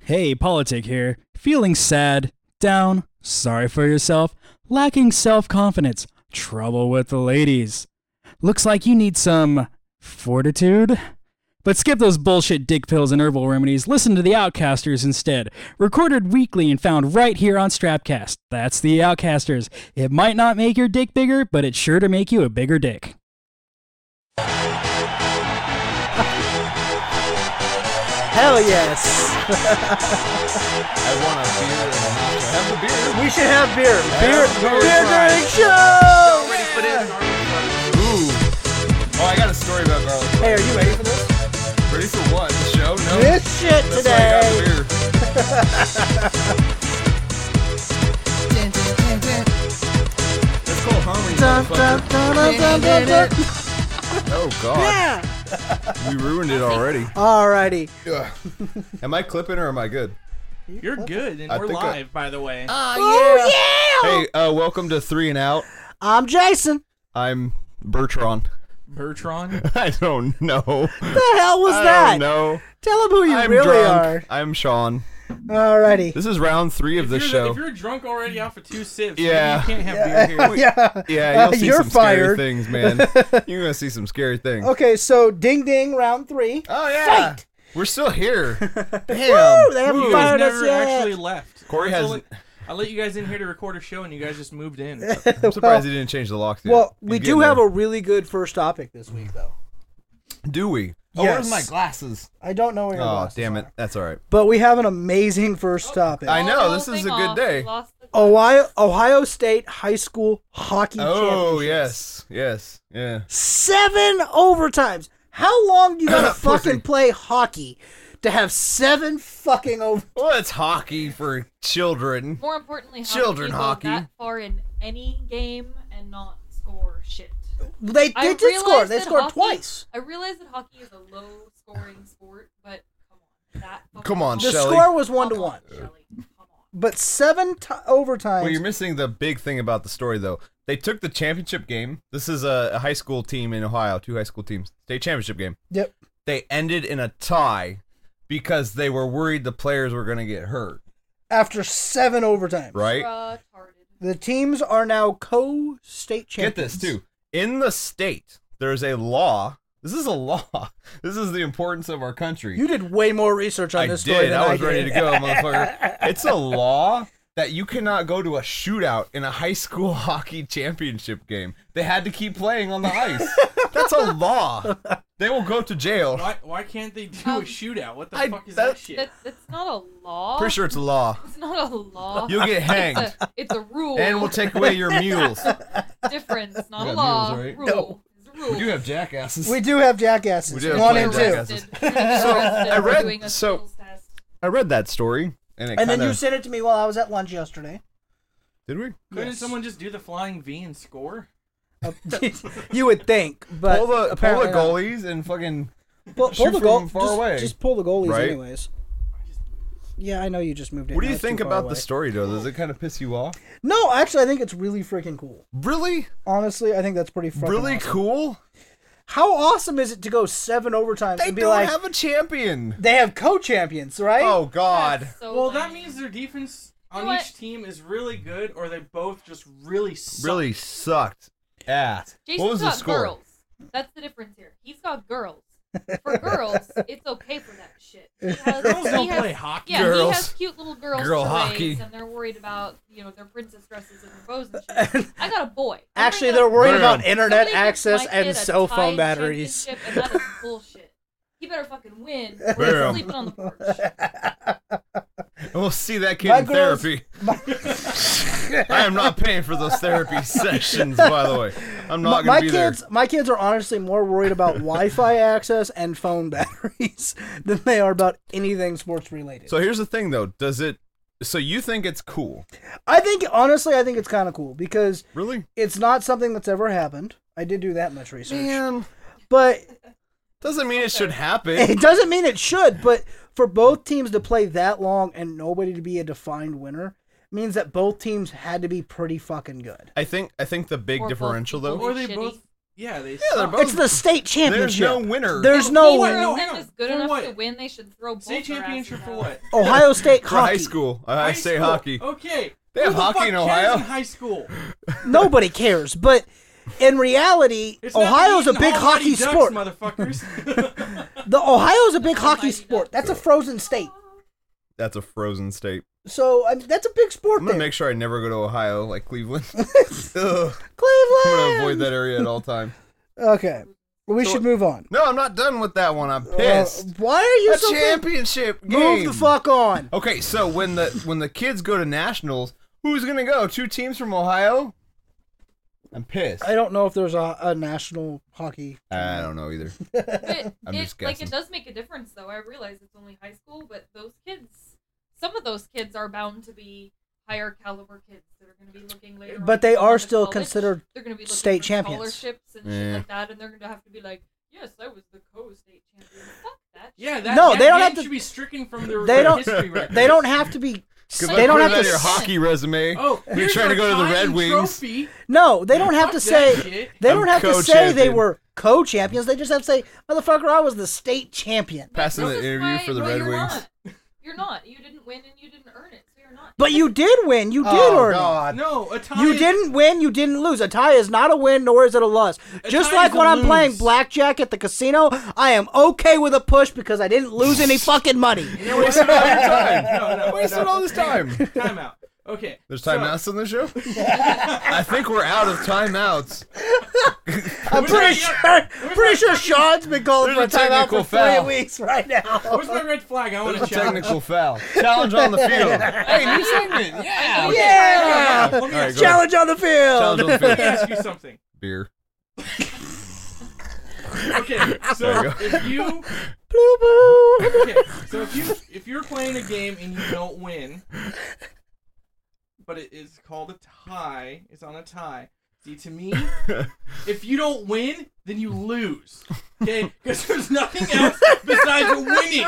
Hey, politic here. Feeling sad, down, sorry for yourself, lacking self confidence, trouble with the ladies. Looks like you need some fortitude. But skip those bullshit dick pills and herbal remedies. Listen to The Outcasters instead. Recorded weekly and found right here on Strapcast. That's The Outcasters. It might not make your dick bigger, but it's sure to make you a bigger dick. Hell yes. I want a beer and not to have the beer. We should have beer. Beer, have beer beer during fries. show. Ready for this? Ooh. Oh, I got a story about garlic. Hey, are you ready for this? Ready for what? The show? No. This shit That's why I got the today. beer. That's called harmony. Dun, motherfucker. dun, dun, dun, dun, dun, dun. Oh God, Yeah. we ruined it already. Alrighty. am I clipping or am I good? You're good, and I we're think I- live, by the way. Oh yeah. Hey, uh, welcome to Three and Out. I'm Jason. I'm Bertrand. Bertrand, I don't know. The hell was I that? don't know. Tell them who you I'm really drunk. I'm Sean. are. Alrighty. This is round three of if this you're, show. if you're drunk already off of two sips, Yeah. you can't have beer here. Yeah. yeah, Uh, you'll see you're some fired. scary things, man. you're gonna see some scary things. Okay, so ding ding, round three. Oh yeah, Fight. we're still here. Damn. Woo, they haven't You guys fired us never yet. actually left. Corey I has- was Only, I let you guys in here to record a show, and you guys just moved in. I'm surprised he didn't change the locks. yet. well, He's we getting do have there. a really good first topic this week, though. Do we? Oh, Yes. where's my glasses? I don't know where your Oh, glasses damn it. are. That's all right. But we have an amazing first topic. I Pull know the this whole is a thing good off. day. Lost the- Ohio Ohio State High School Hockey Oh Championships. yes, yes, yeah. Seven overtimes. How long you gotta Pussy. fucking play hockey to have seven fucking over? Well, it's hockey for children. More importantly, how Children do you go hockey. That far in any game and not score shit. They, they I did score. realize They that scored hockey- twice. I realize that hockey is a low-scoring sport, but come on, that. fucking Come on, The hockey- Shelley. score was one to Come one, on, Shelley. Come on. but seven t- overtimes. Well, you're missing the big thing about the story though. They took the championship game. This is a, a high school team in Ohio. Two high school teams. State championship game. yep. They ended in a tie because they were worried the players were going to get hurt. After seven overtimes, Right. Retarded. The teams are now co-state Get champions. this too. In the state, there's a law. This is a law. This is the importance of our country. You did way more research on I this did. story than I I was did. ready to go, motherfucker. It's a law that you cannot go to a shootout in a high school hockey championship game. They had to keep playing on the ice. That's a law. They will go to jail. why, why can't they do Um, a shootout? What the I- fuck is that- that, shit? That's, that's not a law. Pretty sure it's a law. It's not a law. You'll get hanged, It's a, it's a rule. and we'll take away your mules. difference. Not Yeah, a law. mules, right? Rule. No. It's a rule. We do have jackasses. We do have jackasses. We do have one plenty and of two. jackasses. so I read- Doing a so- skills test. I read that story, and And it kind then you of sent it to me while I was at lunch yesterday. did we? Couldn't Yes. someone just do the flying V and score? you would think, but pull the pull apparently the not. goalies and fucking Pull, pull Shoot the from goal. far just, away. just pull the goalies, Right? anyways. Yeah, I know you just moved in. What do you That's too think far about away. the story, though? Does it kind of piss you off? No, actually, I think it's really freaking cool. Really? Honestly, I think that's pretty fucking Really awesome. cool? How awesome is it to go seven overtimes They and be don't like have a champion. they have co-champions, right? Oh, God. That's so Well, that lame. means their defense You on know each what? team is really good, or they both just really suck. Really sucked ass. Jason's What was the got score? girls. That's the difference here. He's got girls. For girls, it's okay for that shit. He has- Girls he don't has- play hockey. Yeah, he Girls. has cute little girls Girl charades, hockey. and they're worried about you know their princess dresses and their bows and shit. I got a boy. I'm Actually, bringing they're up- worried Boom. about Somebody internet Oh somebody gives access my and kid a cell Tide phone batteries. championship, And that is bullshit. He better fucking win. Or Boom. he's sleeping on the porch. And we'll see that kid My in girls- therapy. I am not paying for those therapy sessions, by the way. I'm My, not my going to be kids, there. my kids are honestly more worried about Wi-Fi access and phone batteries than they are about anything sports related. So here's the thing, though. Does it. So you think it's cool? I think honestly, I think it's kind of cool because Really? it's not something that's ever happened. I did do that much research, but Doesn't mean it should happen. it doesn't mean it should. But for both teams to play that long and nobody to be a defined winner means that both teams had to be pretty fucking good. I think I think the big Or both differential people though Or they Shitty. both. Yeah, they. they're suck. both- It's the state There's championship. no winner. There's no Hang on, winner. no, hang Them on. is good For enough what? to win. They should throw both. State their championship asses for out. what? Ohio State for high hockey. school. I High say school. hockey. Okay. They have Who the hockey fuck in cares Ohio. in high school. Nobody cares, but in reality, It's not Ohio's a the big Almighty hockey Ducks, sport. motherfuckers. The Ohio's a big hockey Almighty sport. Ducks. That's a frozen state. That's a frozen state. So I mean, that's a big sport I'm there. gonna make sure I never go to Ohio like Cleveland. Ugh. I'm Cleveland. gonna avoid that area at all time. Okay, we So- should move on. No, I'm not done with that one. I'm Uh, pissed. why are you a so? pissed? championship game. Move the fuck on. Okay, so when the when the kids go to nationals, who's gonna go? Two teams from Ohio. I'm pissed. I don't know if there's a, a national hockey. I don't know either. But I'm it, just like guessing. it does make a difference, though. I realize it's only high school, but those kids, some of those kids are bound to be higher caliber kids that are going to be looking later. on But they to go are to still college. considered They're going to be looking state for champions. scholarships and Yeah. shit like that, and they're going to have to be like, "Yes, I was the co-state champion." Fuck that. shit. yeah, that, No, that they don't game have to- Should be stricken from their, They their don't- history record. They don't have to be. They Good luck don't putting have that to. in your s- hockey resume. Oh, You're here's trying to our go to the tying Red Wings. Trophy. No, they don't have to Fuck say. that shit. They I'm don't have to say co-champion. they were co-champions. They just have to say, "Motherfucker, I was the state champion." Passing This the is interview why- for the no, Red you're Wings. Not. You're not. You didn't win and you didn't earn it, so you're not. But you did win. You did Oh earn it. God! No, a tie. You is- didn't win, you didn't lose. A tie is not a win, nor is it a loss. A Just tie like is a when I'm lose. playing blackjack at the casino, I am okay with a push because I didn't lose any fucking money. You're wasting all your time. No, no, Wasted no. all this time. Time out. Okay. There's so- timeouts on the show. I think we're out of timeouts. I'm pretty sure, pretty sure Sean's been calling for a There's a timeout for technical foul. three weeks right now. Where's my red flag? I want There's to a challenge. technical foul. Challenge on the field. hey, new segment. I know Yeah. you're Yeah! trying Let to- All me right, ask- go. Challenge on the Challenge on field. the let me field. ask you something. Beer. Okay, There so you go. if you Blue boo. okay, so if you if you're playing a game and you don't win, but it is called a tie, it's on a tie. See, to me, if you don't win, then you lose. Okay, because there's nothing else besides winning.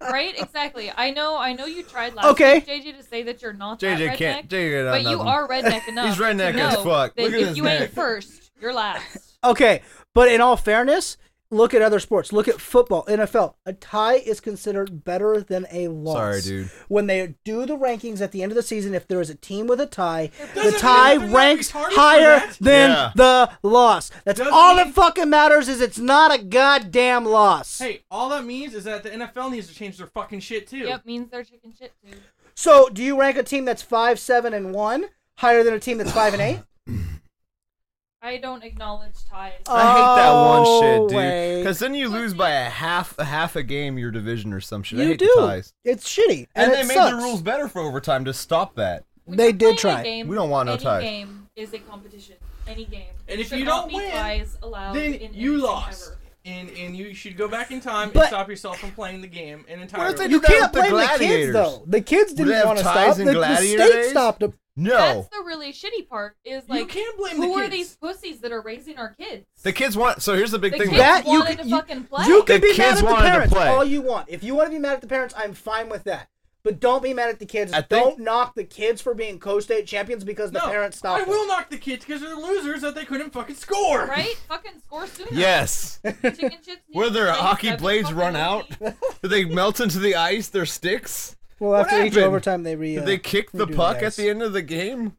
Right? Exactly. I know. I know you tried last Okay. week, JJ, to say that you're not that JJ redneck, can't. JJ but got you nothing. are redneck enough. He's redneck to as know fuck. that Look at if his you neck. ain't first, you're last. Okay, but in all fairness, look at other sports. Look at football, NFL. A tie is considered better than a loss. Sorry, dude. When they do the rankings at the end of the season, if there is a team with a tie, the doesn't tie mean they're not ranks retarded for higher that. than Yeah. the loss. That's Doesn't all mean- that fucking matters. Is it's not a goddamn loss. Hey, all that means is that the NFL needs to change their fucking shit too. Yep, means they're chicken shit too. So, do you rank a team that's five, seven, and one higher than a team that's five and eight? I don't acknowledge ties. I hate that Oh, one shit, dude. wait. Because then you lose by a half a half a game your division or some shit. I you hate do. the ties. It's shitty, and, And, it they made sucks. the rules better for overtime to stop that. When they you're did playing a try. game, We don't want no any ties. game is a competition. Any game. And if Should you not don't be win, ties allowed Then in you anything lost. ever. And, and you should go back in time But- and stop yourself from playing the game and entirely. What if they You Do that can't with the blame the, kids gladiators. though. The kids they have didn't want to ties stop. in The, the state gladiator days? stopped them. No. That's the really shitty part. Is You like, can't blame the who are kids. these pussies that are raising our kids? The kids want. So here's the big The thing. kids though. That you wanted could- to you- fucking play. You can The be mad kids at the wanted to parents play. all you want. If you want to be mad at the parents, I'm fine with that. But don't be mad at the kids. I think- don't knock the kids for being co-state champions because the no, parents stopped. I them. will knock the kids because they're losers that they couldn't fucking score. right? Fucking score sooner. Yes. Chicken chips. Where their Like hockey seven blades fucking run out? days. Did they melt into the ice? Their sticks? Well, after What each happened? overtime, they re. uh, Did they kick the redo puck that. at the end of the game?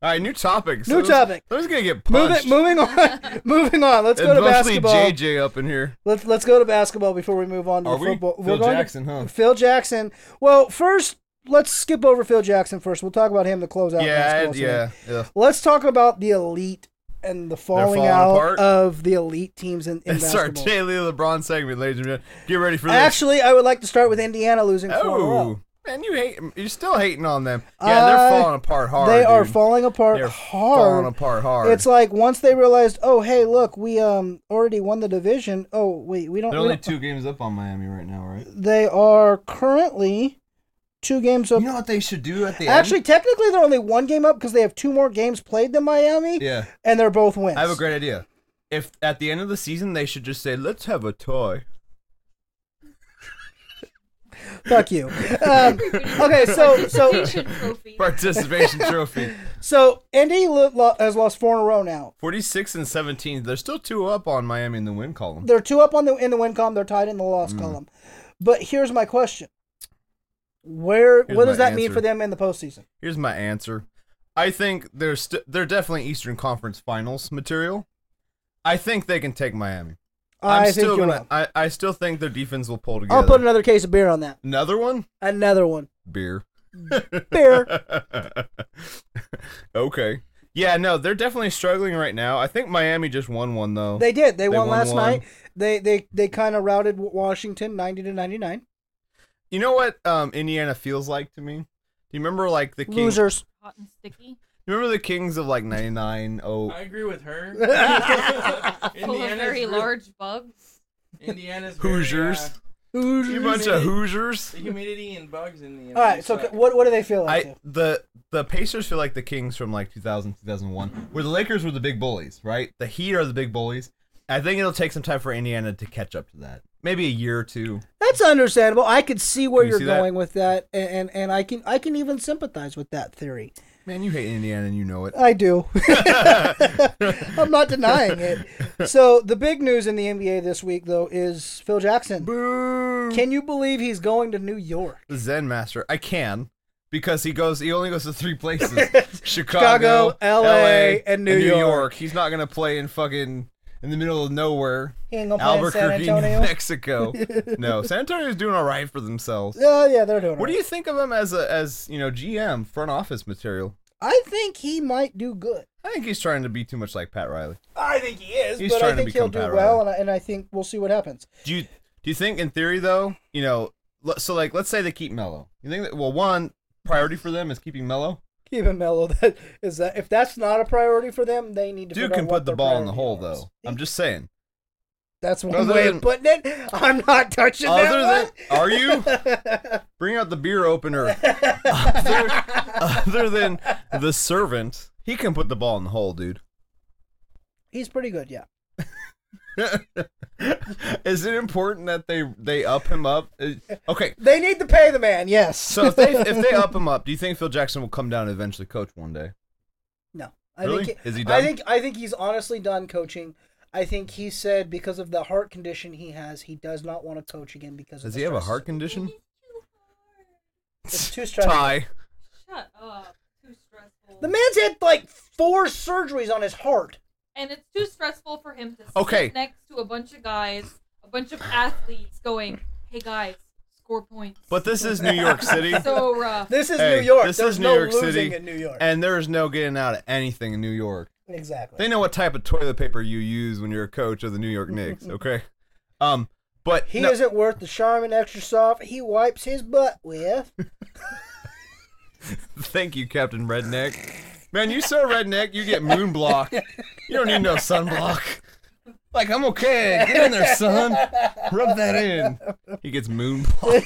All right, new topic. New topic. Who's gonna get Move punched? it, moving on. moving on. Let's go and to mostly basketball. JJ up in here. Let's let's go to basketball before we move on to Are the we? football. Phil We're going Jackson, to, huh? Phil Jackson. Well, first let's skip over Phil Jackson first. We'll talk about him to close out. Yeah, basketball I- tonight. yeah, yeah. Let's talk about the elite and the falling falling out apart. of the elite teams in, in It's our basketball. daily LeBron segment, ladies and gentlemen. Get ready for this. Actually, I would like to start with Indiana losing four. in a row. oh, man, you hate. You're still hating on them. Yeah, they're I- falling apart Oh, hard. they are dude. falling apart They're hard. falling apart hard. It's like once they realized, oh hey, look, we um already won the division. Oh wait, we don't. They're we only don't- two games up on Miami right now, right? They are currently two games up. You know what they should do at the Actually, end? technically, they're only one game up because they have two more games played than Miami, yeah. and they're both wins. I have a great idea. If at the end of the season they should just say, "Let's have a toy." Fuck you. Um, okay, so so Participation trophy. participation trophy. So Indy lo- lo- has lost four in a row now. 46 and 17. They're still two up on Miami in the win column. They're two up on the in the win column. They're tied in the Mm. loss column. But here's my question: Where Here's what does my that mean answer. for them in the postseason? Here's my answer. I think they're st- they're definitely Eastern Conference Finals material. I think they can take Miami. I'm think still you're gonna. wrong. I, I still think their defense will pull together. I'll put another case of beer on that. another one. Another one. Beer. Beer. okay. Yeah. No, they're definitely struggling right now. I think Miami just won one though. They did. They, They won, won last one. night. They they they kind of routed W- Washington ninety to ninety nine. you know what um, Indiana feels like to me? Do you remember like the Kings? Losers. Hot and sticky. You remember the Kings of like 99? Oh, I agree with her. Full of Indiana's very real- large bugs. Indiana's very, Hoosiers. uh, You bunch of Hoosiers. the humidity and bugs in Indiana. All right. So suck. c- what what do they feel like? I the the Pacers feel like the Kings from like 2000 2001, where the Lakers were the big bullies, right? The Heat are the big bullies. I think it'll take some time for Indiana to catch up to that. Maybe a year or two. That's understandable. I could see where You you are see that? going with that, and, and and I can I can even sympathize with that theory. Man, you hate Indiana and you know it. I do. I'm not denying it. So the big news in the NBA this week, though, is Phil Jackson. Can you believe he's going to New York? The Zen Master, I can because he goes. He only goes to three places: Chicago, Chicago, LA, and New York. He's not gonna play in fucking in the middle of nowhere. He ain't gonna play in San Albuquerque, New Antonio. Mexico. no, San Antonio's doing all right for themselves. Yeah, Oh, yeah, they're doing. What do all right. you think of him as a as you know GM front office material? I think he might do good. I think he's trying to be too much like Pat Riley. I think he is, He's but I trying to think he'll do become Pat well, Riley. and I, and I think we'll see what happens. Do you do you think in theory though you know le- so like let's say they keep Mello. You think that well one priority for them is keeping Mello. Keep it mellow. That is that. If that's not a priority for them, they need to. Dude figure out can what put the their ball in the hole priority is. though. I'm just saying. That's one Other way than- of putting it. I'm not touching Other than that are you one. bring out the beer opener? other, other than the servant, he can put the ball in the hole, dude. He's pretty good, yeah. Is it important that they they up him up? Is- Okay, They need to pay the man, yes. So if they if they up him up, do you think Phil Jackson will come down and eventually coach one day? no, Really? think Is he I done? think I think he's honestly done coaching. I think he said because of the heart condition he has, he does not want to coach again because of Does the he have a stress. heart condition? It's too hard. It's too stressful. Ty, Shut up. Too stressful. The man's had like four surgeries on his heart. and it's too stressful for him to sit Okay. next to a bunch of guys, a bunch of athletes going, "Hey guys, score points." but this is New York City, so rough. This is Hey, New York. this There's is New no York losing City, in New York. and there is no getting out of anything in New York. exactly. They know what type of toilet paper you use when you're a coach of the New York Knicks. Okay, um, but he no- isn't worth the Charmin extra soft. He wipes his butt with. thank you, Captain Redneck. Man, you so redneck, you get moon block. You don't need no sunblock. Like I'm okay. Get in there, son. Rub that in. He gets moon block.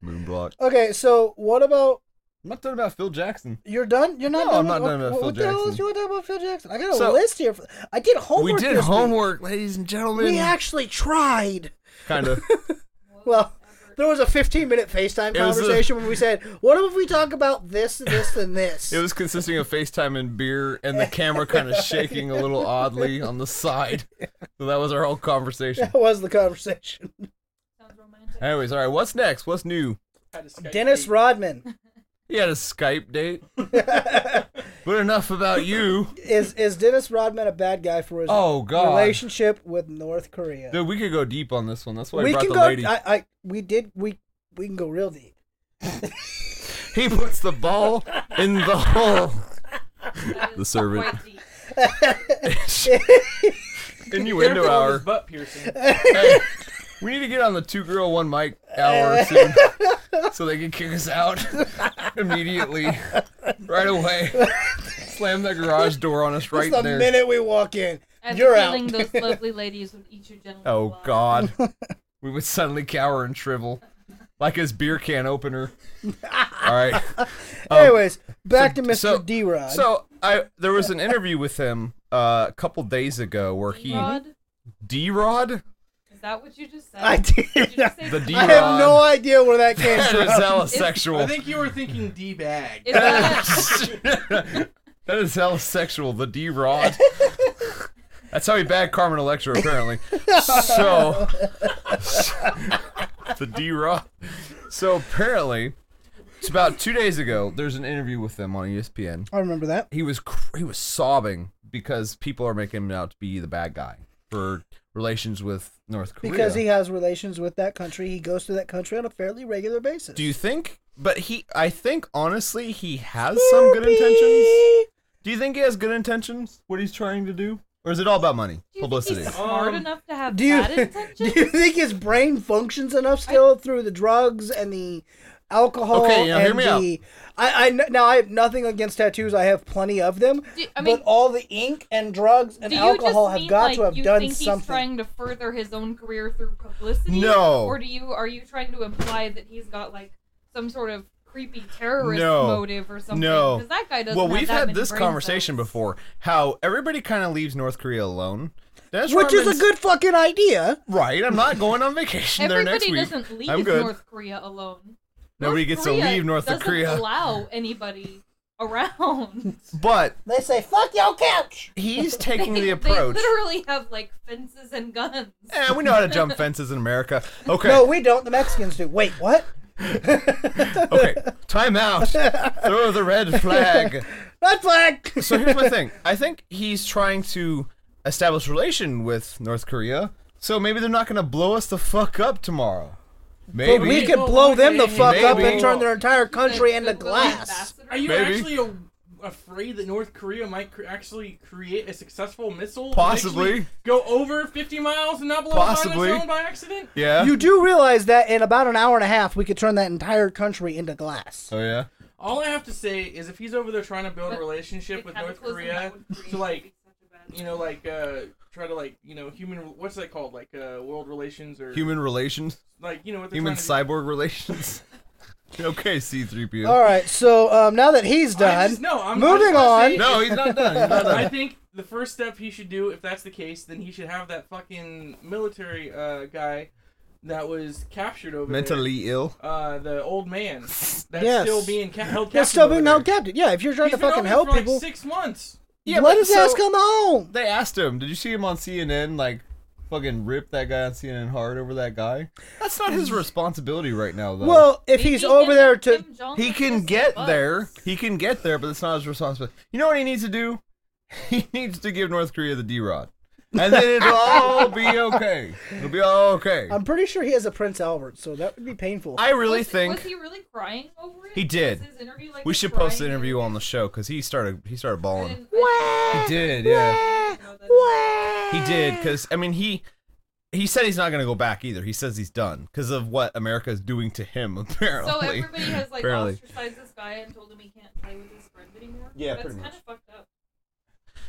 moon block. Okay, so what about I'm not talking about Phil Jackson. You're done. You're not No, done. I'm not with, done what, with Phil what the hell is Jackson. you want to talk about Phil Jackson? I got a So- list here. For, I did homework. we this did week. homework, ladies and gentlemen. We actually tried. kind of. Well, there was a 15 minute FaceTime It was a- conversation when we said, "What if we talk about this, this, and this?" It was consisting of FaceTime and beer, and the camera kind of shaking a little oddly on the side. So that was our whole conversation. that was the conversation. Sounds romantic. Anyways, all right. What's next? What's new? Had to Skype Dennis date. Rodman He had a Skype date. but enough about you. is is Dennis Rodman a bad guy for his Oh God, relationship with North Korea? dude, we could go deep on this one. That's why we we brought can the go. lady. I, I we did we we can go real deep. He puts the ball in the hole. That is The servant. quite deep. Innuendo Careful of hour. his butt piercing. Hey, we need to get on the two girl one mic hour soon, so they can kick us out immediately, right away. Slam that garage door on us right Just the there. minute we walk in, And you're feeling out. those lovely ladies would eat you gently. Oh alive. God, we would suddenly cower and shrivel, like his beer can opener. All right. Anyways, back to Mr. so- D Rod. So I there was an interview with him uh, a couple days ago where he Rod, D Rod. is that what you just said? I Did did. you just say The that? D- I have no idea where that came That is from. hella It's- I sexual. think you were thinking D bag. Is that that is hella sexual. The D Rod. That's how he bagged Carmen Electra, apparently. So, the D Rod. So apparently, it's about two days ago. There's an interview with them on E ESPN. I remember that. He was cr- he was sobbing because people are making him out to be the bad guy for relations with North Korea. Because he has relations with that country. He goes to that country on a fairly regular basis. Do you think? But he, I think honestly, he has some good intentions. Do you think he has good intentions? What he's trying to do, or is it all about money, do you publicity? Think he's smart Um, enough to have Do you, bad do intentions? you think his brain functions enough still through the drugs and the alcohol Okay, now and hear me out. the I, I kn- now I have nothing against tattoos. I have plenty of them. Do- I mean- but all the ink and drugs and Do you alcohol just have mean, got like, to have you done think He's something. trying to further his own career through publicity. No. Or do you are you trying to imply that he's got like some sort of creepy terrorist No. motive or something? No. Because that guy doesn't. Well, have we've that had many this brain conversation cells. before. How everybody kind of leaves North Korea alone. Dennis Which is a Rodman's- good fucking idea. right. I'm not going on vacation there next Everybody week. doesn't leave I'm good. North Korea alone. Nobody North gets to Korea leave North doesn't Korea. Allow anybody around. But They say fuck your couch. he's taking They- the approach. They literally have like fences and guns. Eh, we know how to jump fences in America. Okay. No, we don't. The Mexicans do. Wait, what? Okay. Time out. Throw the red flag. Red flag. so here's my thing. I think he's trying to establish relation with North Korea. So maybe they're not going to blow us the fuck up tomorrow. Maybe. But we could Well, blow them the maybe. fuck up and Maybe. turn their entire country Like, into goodwill glass. ambassador. Are you Maybe. actually a, afraid that North Korea might cr- actually create a successful missile? and Possibly. actually Go over 50 miles and not blow Possibly. up on its own by accident? Yeah. You do realize that in about an hour and a half, we could turn that entire country into glass. oh yeah. All I have to say is if he's over there trying to build a But relationship The with North cataclysm that Korea would create to like such a bad you know, like uh, try to like you know, human. What's that called? Like uh, world relations or Human relations. like you know what they're Human trying cyborg relations. okay, C3PO. All right, so um, now that he's to do. I done, just- No, I'm moving I'm on. just No, he's not done. He's not saying- I done. think the first step he should do, if that's the case, then he should have that fucking military uh, guy that was captured over Mentally ill. there. Uh, the old man that's Yes. still being ca- held captive. they're still being over held there. captive. Yeah, if you're trying He's to been fucking over help for, like, people, six months. let his ass come home. They asked him. Did you see him on CNN? Like, fucking rip that guy on CNN hard over that guy. That's not his responsibility right now, though. Well, if he's Maybe over him- there to, Kim Jong He would can kiss get the bugs. there. He can get there, but it's not his responsibility. You know what he needs to do? He needs to give North Korea the D Rod. And then it'll all be okay. It'll be all okay. I'm pretty sure he has a Prince Albert, so that would be painful. I really was, think Was he really crying over it? He did. Was his interview, like, we a should post the crying interview on the show because he started he started I bawling. didn't- I He did, yeah. didn't know that. He did because I mean he he said he's not gonna go back either. He says he's done because of what America is doing to him apparently. So everybody has like Apparently. ostracized this guy and told him he can't play with his friends anymore. Yeah, that's pretty kind much. of fucked up.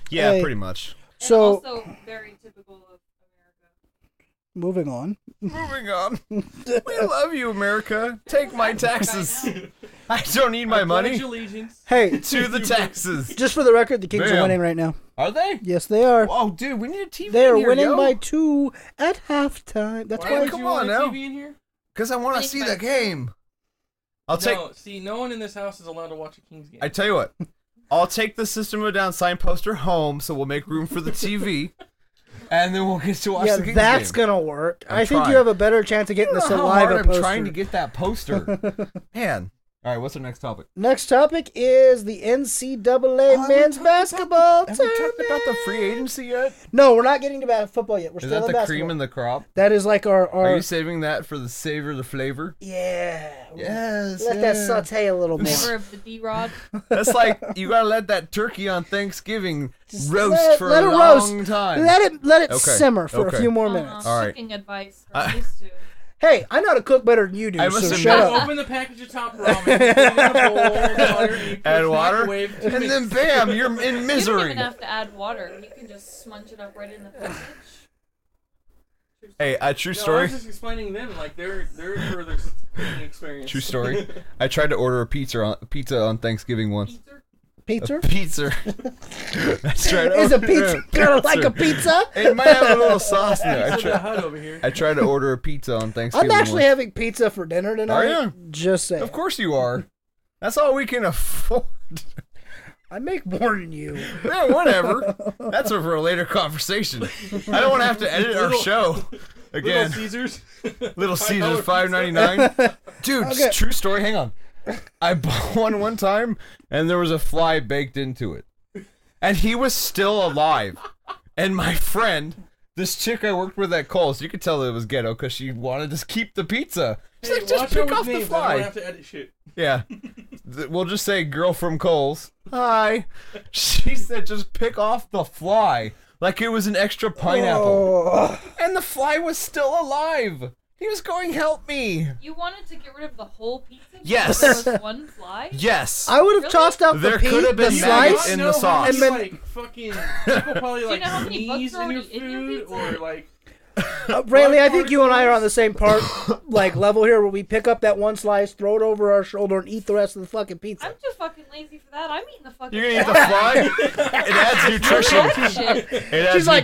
yeah, Hey. pretty much. And So- also very typical of America. Moving on. Moving on. we love you, America. Take my taxes. By I don't need I my pledge money. allegiance. Hey, to the taxes. just for the record, the Kings Damn. are winning right now. Are they? Yes, they are. Oh, dude, we need a TV. They are in here, winning yo. by two at halftime. That's Why why. would come you want on a now. TV in here? Cause I want to Winning see by- the game. I'll take. No, see, no one in this house is allowed to watch a Kings game. I tell you what. I'll take the System of a Down sign poster home, so we'll make room for the TV, and then we'll get to watch yeah, the Kings that's game. gonna work. I'm i think trying. you have a better chance of getting the You know how saliva hard I'm poster. trying to get that poster. Man. All right, what's our next topic? Next topic is the NCAA Oh, men's have we talked basketball about- Have we tournament. talked about the free agency yet? No, we're not getting to ba- football yet. We're Is still that on the basketball. cream and the crop? that is like our our Are you saving that for the savor, the flavor? yeah. Yes. Let that yeah. saute a little the more. Flavor of the D Rod. That's like you gotta let that turkey on Thanksgiving Just roast let it- for let a it long roast. time. Let it let it Okay, simmer for okay. a few more Uh, minutes. All right. Uh, Cooking advice for I- these two. Hey, I know how to cook better than you do, I must so admit- shut up. Open the package of top ramen, put it in a bowl, water, and you put add it water, microwave for two and then minutes. bam, you're in You don't misery. even have to add water. You can just smunch it up right in the package. Hey, a true No, story. I'm just explaining them like their their further cooking experience. True story. I tried to order a pizza on pizza on Thanksgiving once. Pizza. pizza? Pizza. That's right. Is a pizza kind of like a pizza? It might have a little sauce in it. I Pizza try, Hut over here. I try to order a pizza on Thanksgiving. I'm actually once. having pizza for dinner tonight. Are you? Just saying. Of course you are. That's all we can afford. I make more than you. yeah, whatever. That's for a later conversation. I don't want to have to edit our Little- show again. Little Caesars. Little Caesars $5 five ninety nine. Dude, it's Okay. true story. Hang on. I bought one one time, and there was a fly baked into it, and he was still alive. And my friend, this chick I worked with at Cole's, you could tell it was ghetto because she wanted to keep the pizza. She's Hey, like, just watch out pick with off the names, I don't fly. have to edit shit. Yeah. Th- we'll just say girl from Coles. Hi. She said just pick off the fly. Like it was an extra pineapple. Oh, And the fly was still alive. He was going help me. You wanted to get rid of the whole pizza? Yes. because there was one fly? Yes. I would have Really? tossed out the There pea, could have the been maggots slice. in Do the you not know how sauce. many, like fucking people probably you like know how many bugs sneeze in are your already in your food pizza? or like Uh, Brantley, I think you and I are on the same part, like level here, where we pick up that one slice, throw it over our shoulder, and eat the rest of the fucking I'm pizza. too fucking lazy for that. I'm eating the fucking. You're gonna eat the fly? it adds nutrition. That shit. A It adds Oh, She's like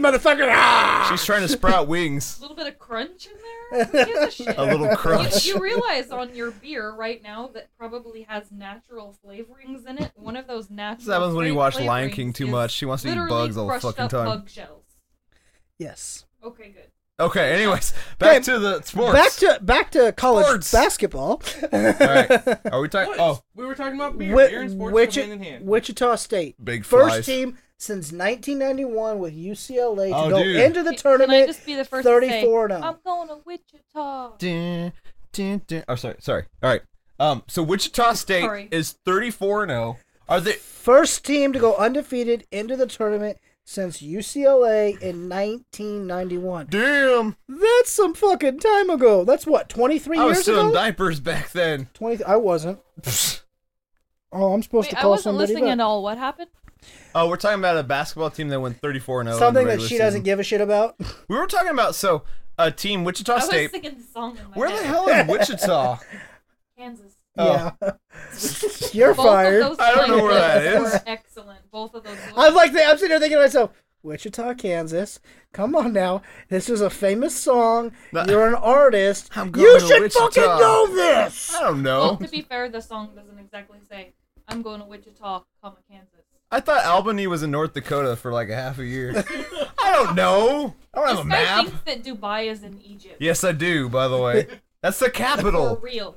protein, motherfucker. Ah! She's trying to sprout wings. little bit of crunch in there. Who gives a shit? A little crunch. You, you realize on your beer right now that probably has natural flavorings in it. One of those This natural. happens when you fla- watch Lion flavorings King too is much. She wants to eat literally bugs all the crushed fucking up time. Bug shells. Yes. Okay, good. Okay, anyways, back Okay, to the sports. Back to back to college Sports. basketball. All right. Are we talking what? Oh, we were talking about beer. Wi- beer and sports Wichi- go hand in hand. Wichita State, Big first flies. team since 1991 with UCLA to Oh, go dude. into the Can- can I tournament. just be the first to say, 34 now. I'm going to Wichita. Dun, dun, dun. Oh, sorry, sorry. All right. Um, so Wichita State Sorry. is 34 and 0. Are they? First team to go undefeated into the tournament since UCLA in 1991. Damn! That's some fucking time ago. That's what 23 I was years still in ago. diapers back then. 20. I wasn't. Oh, I'm supposed Wait, to I call wasn't somebody. listening back. at all. What happened? Oh, we're talking about a basketball team that went 34 and 0. Something that she doesn't give a shit about. We were talking about so a team Wichita I was State. singing the song in my Where head. the hell is Wichita? Kansas. Oh. Yeah, you're Both fired. Of those I don't know where that places is. were Excellent. Both of those. I'm like, I'm sitting there thinking to myself, Wichita, Kansas. Come on now, this is a famous song. No. You're an artist. I'm you going to should Wichita. fucking know this. I don't Well, know. to be fair, the song doesn't exactly say, I'm going to Wichita, comma, Kansas. I thought Albany was in North Dakota for like a half a year. I don't know. I don't have a this guy map. thinks that Dubai is in Egypt. Yes, I do. By the way, that's the For capital. real.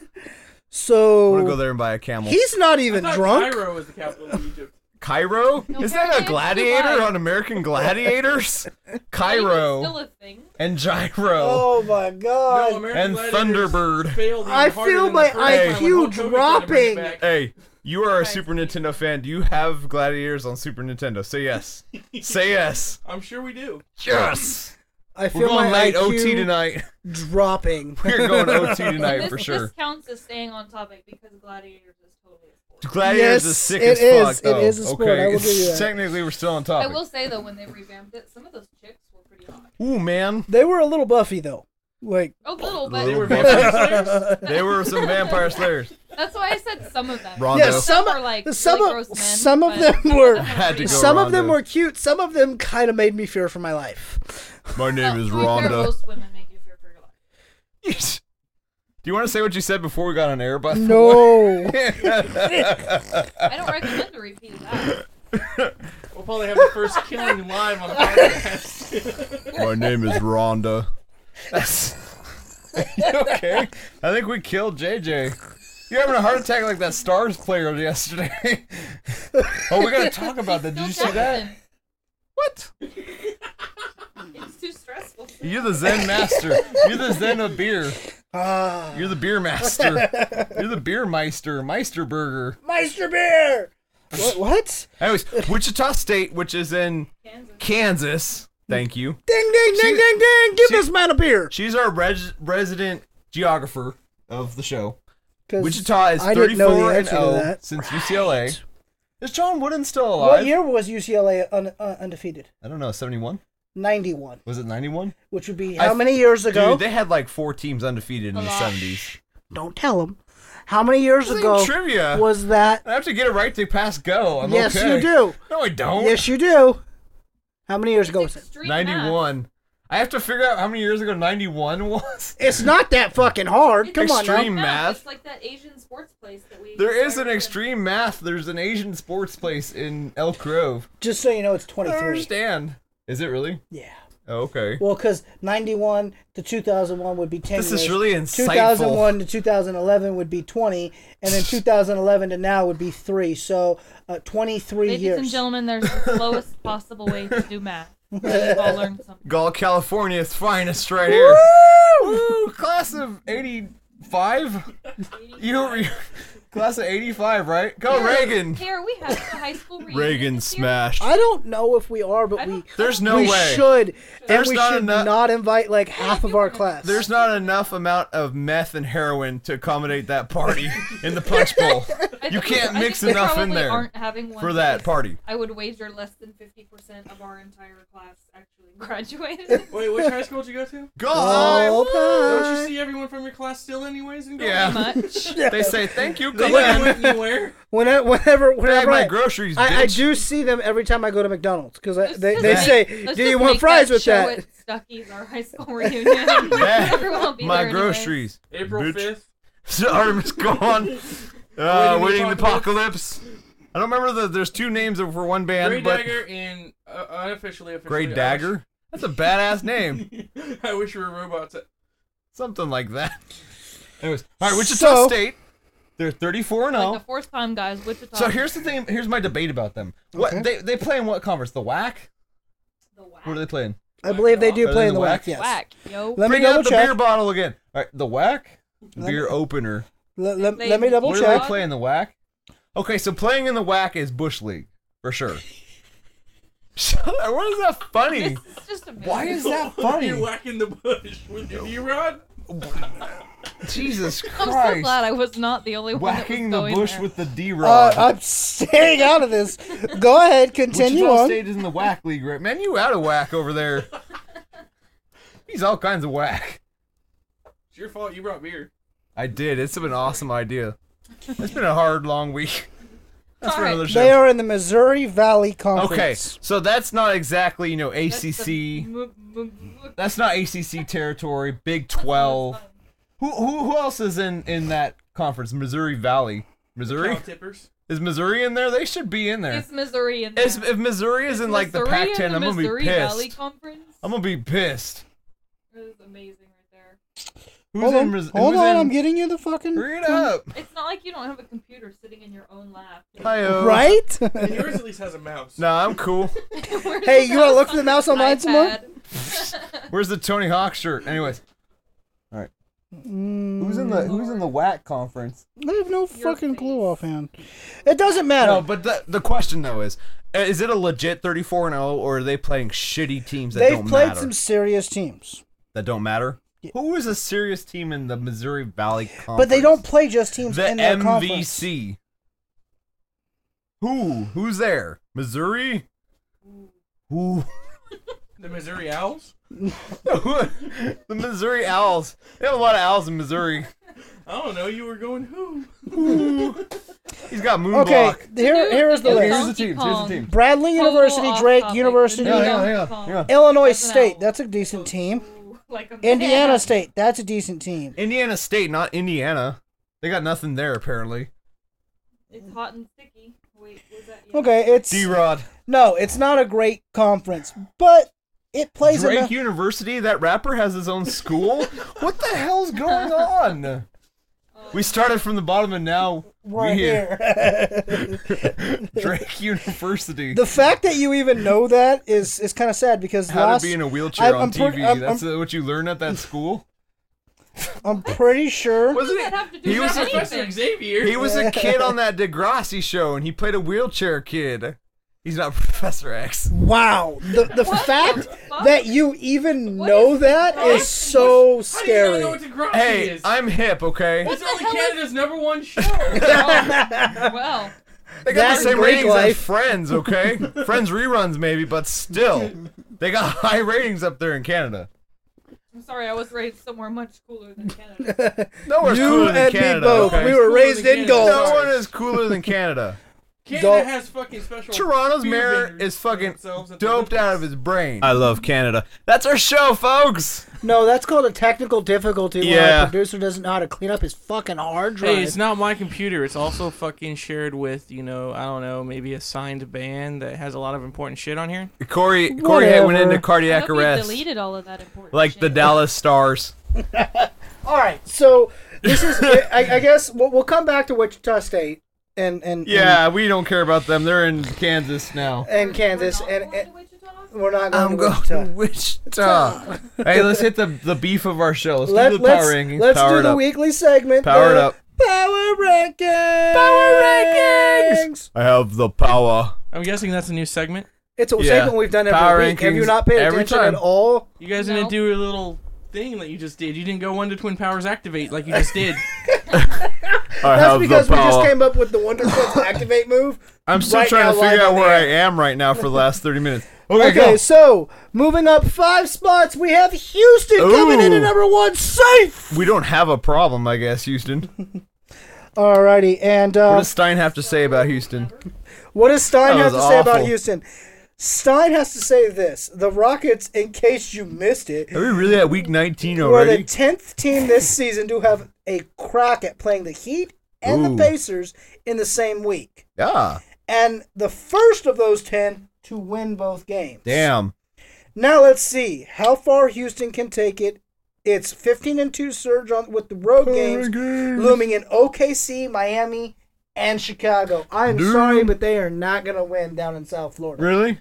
I'm gonna go So there and buy a camel. he's not even I thought drunk. Cairo was the capital of Egypt. Cairo? No, Is that a Cairo is gladiator Dubai. on American Gladiators? It's still Cairo a thing. and Gyro. Oh my god. No, American and gladiators Thunderbird. failed even I harder feel than my the first time IQ when Hulk Hogan tried to bring it dropping. back. Hey, you are a Super Nintendo fan. Do you have gladiators on Super Nintendo? Say yes. Say yes. I'm sure we do. Yes. I feel We're going my late IQ OT tonight. dropping. We're going OT this, tonight for this sure. counts as staying on topic because Gladiators is totally a sport. Gladiators Yes, is sick it as is. fuck It though. is a sport, Okay. I will give you that. Technically, we're still on I topic. will say, though, when they revamped it, some of those chicks were pretty hot. Ooh, man. they were a little buffy though. Like Oh, little, but They were Little vampire vampires. slayers. They were some vampire slayers. that's why I said some of them. Rondo. yeah, some are like some really of gross men, some of but them were Had to go some of them Rondo. were cute. Some of them kind of made me fear for my life. My name Oh, is Well, to be fair, Rhonda. Most women make you fear for your life. Do you want to say what you said before we got on air? By the way? No. I don't recommend to repeat that. We'll probably have the first killing live on a podcast. My name is Rhonda. That's... You okay? I think we killed JJ. You're having a heart attack like that Stars player yesterday. oh, we gotta talk about that. Did you Phil see that? Jackson, What? It's too stressful. You're the Zen master. You're the Zen of beer. Ah. You're the beer master. You're the beer meister, Meisterburger. Meister Beer. What? what? Anyways, Wichita State, which is in Kansas. Kansas. Thank you. Ding ding ding She- ding ding! Give she- this man a beer. She's our res- resident geographer of the show. 'Cause Wichita is I didn't know 34 the and answer to 0 that. since UCLA. Is John Wooden still alive? What year was UCLA un, uh, undefeated? I don't know. 71? Ninety-one, Was it 91? which would be I how th- many years ago? Dude, they had like four teams undefeated in the A lot. 70s. Don't tell him. How many years This ain't ago trivia. was that? I have to get it right to pass go. I'm yes, okay. you do. No, I don't. Yes, you do. How many years ago was it? Extreme math. 91. I have to figure out how many years ago 91 was. It's not that fucking hard. It's Come on now. Extreme math. It's like that Asian sports place that we. There is an started. extreme math. There's an Asian sports place in Elk Grove. Just so you know, it's I don't 23. understand. Is it really? Yeah. Oh, okay. Well, because 91 to 2001 would be 10 This years. is really insightful. 2001 to 2011 would be 20, and then 2011 to now would be 3. So uh, 23 Ladies years. and gentlemen, there's the slowest possible way to do math. We've all learned something. Gall, California's finest right here. Woo! Class of 85? You, you Class of 85, right? Go Oh, Reagan! Here we have the high school reunion. this year. smashed. I don't know if we are, but I we don't- There's no we way. should, and There's we not should enough- not invite like half of our There's- class. There's not enough amount of meth and heroin to accommodate that party in the punch bowl. I You think- can't I think mix we enough in probably there Aren't having one for that class. party. I would wager less than 50% of our entire class actually graduated. Wait, which high school did you go to? Go! Don't you Oh, see everyone from your class still anyways? And go Yeah. Much. They say thank you. They Come went on. anywhere. whenever, whenever, Bag whenever my I, groceries, bitch. I, I do see them every time I go to McDonald's because Let's they, just they make- say, let's "Do you just want make fries that with show that?" at Stuckey's, our high school reunion. Everyone will be my there anyway. groceries. April bitch. 5th. Artemis gone. Uh, Waiting the waiting the apocalypse. I don't remember the. There's two names for one band, Grey but Dagger and uh, unofficially officially. Grey I wish- Dagger. That's a badass name. I wish we were robots. Something like that. Anyways, all right, Wichita So- State. They're 34 and 0. Like the fourth time, guys, Wichita. So here's the thing. Here's my debate about them. What Okay. they they play in what conference? The WAC? the whack. What are they playing? I believe they do Better play in than the the whack. whack? Yes. Whack, yo. Let me Bring out double the check. beer bottle again. All right, the WAC me- beer opener. Let, let, They- let me double What Where do they check. play in the WAC? Okay, so playing in the WAC is bush league for sure. Shut up, What is that funny? This is just amazing. Why is that You're funny? whacking the bush with your V-Rod? Jesus I'm Christ! so glad I was not the only one Whacking that the was going bush there. with the D Uh, rod. I'm staying out of this. Go ahead, continue Wichita on. State is in the whack league, right? Man, you out of whack over there. He's all kinds of whack. It's your fault. You brought beer. I did. It's been an awesome idea. It's been a hard, long week. That's for All right. another show. They are in the Missouri Valley okay, Conference. so that's not exactly you know That's the ACC. mo- mo- mo- That's not ACC territory. Big Twelve. Who who who else is in in that conference? Missouri Valley. Missouri Cow tippers. is Missouri in there? They should be in there. It's Missouri and If, if Missouri is in like the Pac-10, I'm gonna be Missouri Valley pissed. Conference. I'm gonna be pissed. It was amazing right there. Who's Hold in? on, Mis- hold who's on in- I'm getting you the fucking. Read up. It's not like you don't have a computer sitting in your own lap. Hi-yo. Right? And yours at least has a mouse. No, I'm cool. hey, you want to look for the mouse on mine some more? iPad. Where's the Tony Hawk shirt? Anyways. All right. Mm. Who's in the Who's in the WAC conference? I have no fucking clue offhand. It doesn't matter. No, but the the question though is, uh, is it a legit 34 and 0, or are they playing shitty teams that They've don't played matter? some serious teams, That don't matter. Who is a serious team in the Missouri Valley Conference? but they don't play just teams the in their conference. MVC. Who? Who's there? Missouri? Who? The Missouri Owls? the Missouri Owls. They have a lot of owls in Missouri. I don't know. You were going who? He's got Moonblock. Okay, here here is the Dude, Here, it's list: here's the Donkey teams. Here's the Kong. teams. Bradley Total University, off Drake topic. University, The new Yeah, yeah, yeah, Donkey Kong. yeah. Illinois That's an State. owl. That's a decent team. Ooh, Like a Indiana man. State. That's a decent team. Indiana State, not Indiana. They got nothing there apparently. It's hot and sticky. Wait, was that you? Okay, it's D Rod. no, it's not a great conference, but it plays Drake enough. University. That rapper has his own school. what the hell's going on? We started from the bottom and now Right we here. Drake University. the fact that you even know that is is kind of sad because How last, to be in a wheelchair I- on I'm TV. pretty- I'm- That's uh, what you learn at that school. I'm pretty sure. does that have to do he with was a, anything? Professor Xavier. he was a kid on that Degrassi show, and he played a wheelchair kid. He's not Professor X. Wow, the the What the fact fuck? that you even What know is that wrong? is so How do you not scary. know what Degrassi Hey, is? I'm hip, okay? it's the only hell is- Canada's number one show. well, That They got the and same Greek ratings as Life. Friends, okay? Friends reruns maybe, but still, they got high ratings up there in Canada. I'm sorry, I was raised somewhere much cooler than Canada. Nowhere's you cooler than and me Canada. both. okay? We Cooler were than raised in Canada. gold. No one is cooler than Canada. Canada Don't- has fucking special. Toronto's beer mayor vendors is for fucking themselves at the doped out of Olympics. his brain. I love Canada. That's our show, folks. No, that's called a technical difficulty where Yeah. our producer doesn't know how to clean up his fucking hard drive. Hey, it's not my computer. It's also fucking shared with, you know, I don't know, maybe a signed band that has a lot of important shit on here. Corey Corey Haim went Whatever. into I cardiac hope you arrest, deleted all of that important like the shit. Dallas Stars. All right, so this is. I, I guess we'll, we'll come back to Wichita State and and Yeah, we don't care about them. They're in Kansas now. and, and We're Kansas not and, going to and Wichita? we're not going to Wichita. Wichita. hey, let's hit the the beef of our show. Let's Let, do the let's power rankings. let's Power do it the up. weekly segment. Power it the up. Power rankings. Power rankings. I have the power. I'm guessing that's a new segment. It's a Yeah. segment we've done every Power week. Have you rankings not paid every attention time. at all? You guys No. didn't do a little thing that you just did. You didn't go one to Twin Powers Activate like you just did. I That's because we just came up with the Wonder Twins activate move. I'm still right trying now to live figure on out the where I air. am right now for the last 30 minutes. Okay, so moving up five spots, we have Houston coming in Ooh. at number one, safe. We don't have a problem, I guess, Houston. Alrighty, and What uh, does Stein have to say about Houston? what does Stein That have to was say about awful. Houston? Stein has to say this: the Rockets, in case you missed it, Are we really at week were 19 the already? tenth team this season to have a crack at playing the Heat and Ooh. the Pacers in the same week, Yeah. and the first of those ten to win both games. Damn. Now let's see how far Houston can take it. It's 15 and 2 surge on with the road games looming in OKC, Miami, and Chicago. I'm Dude. sorry, but they are not going to win down in South Florida. Really?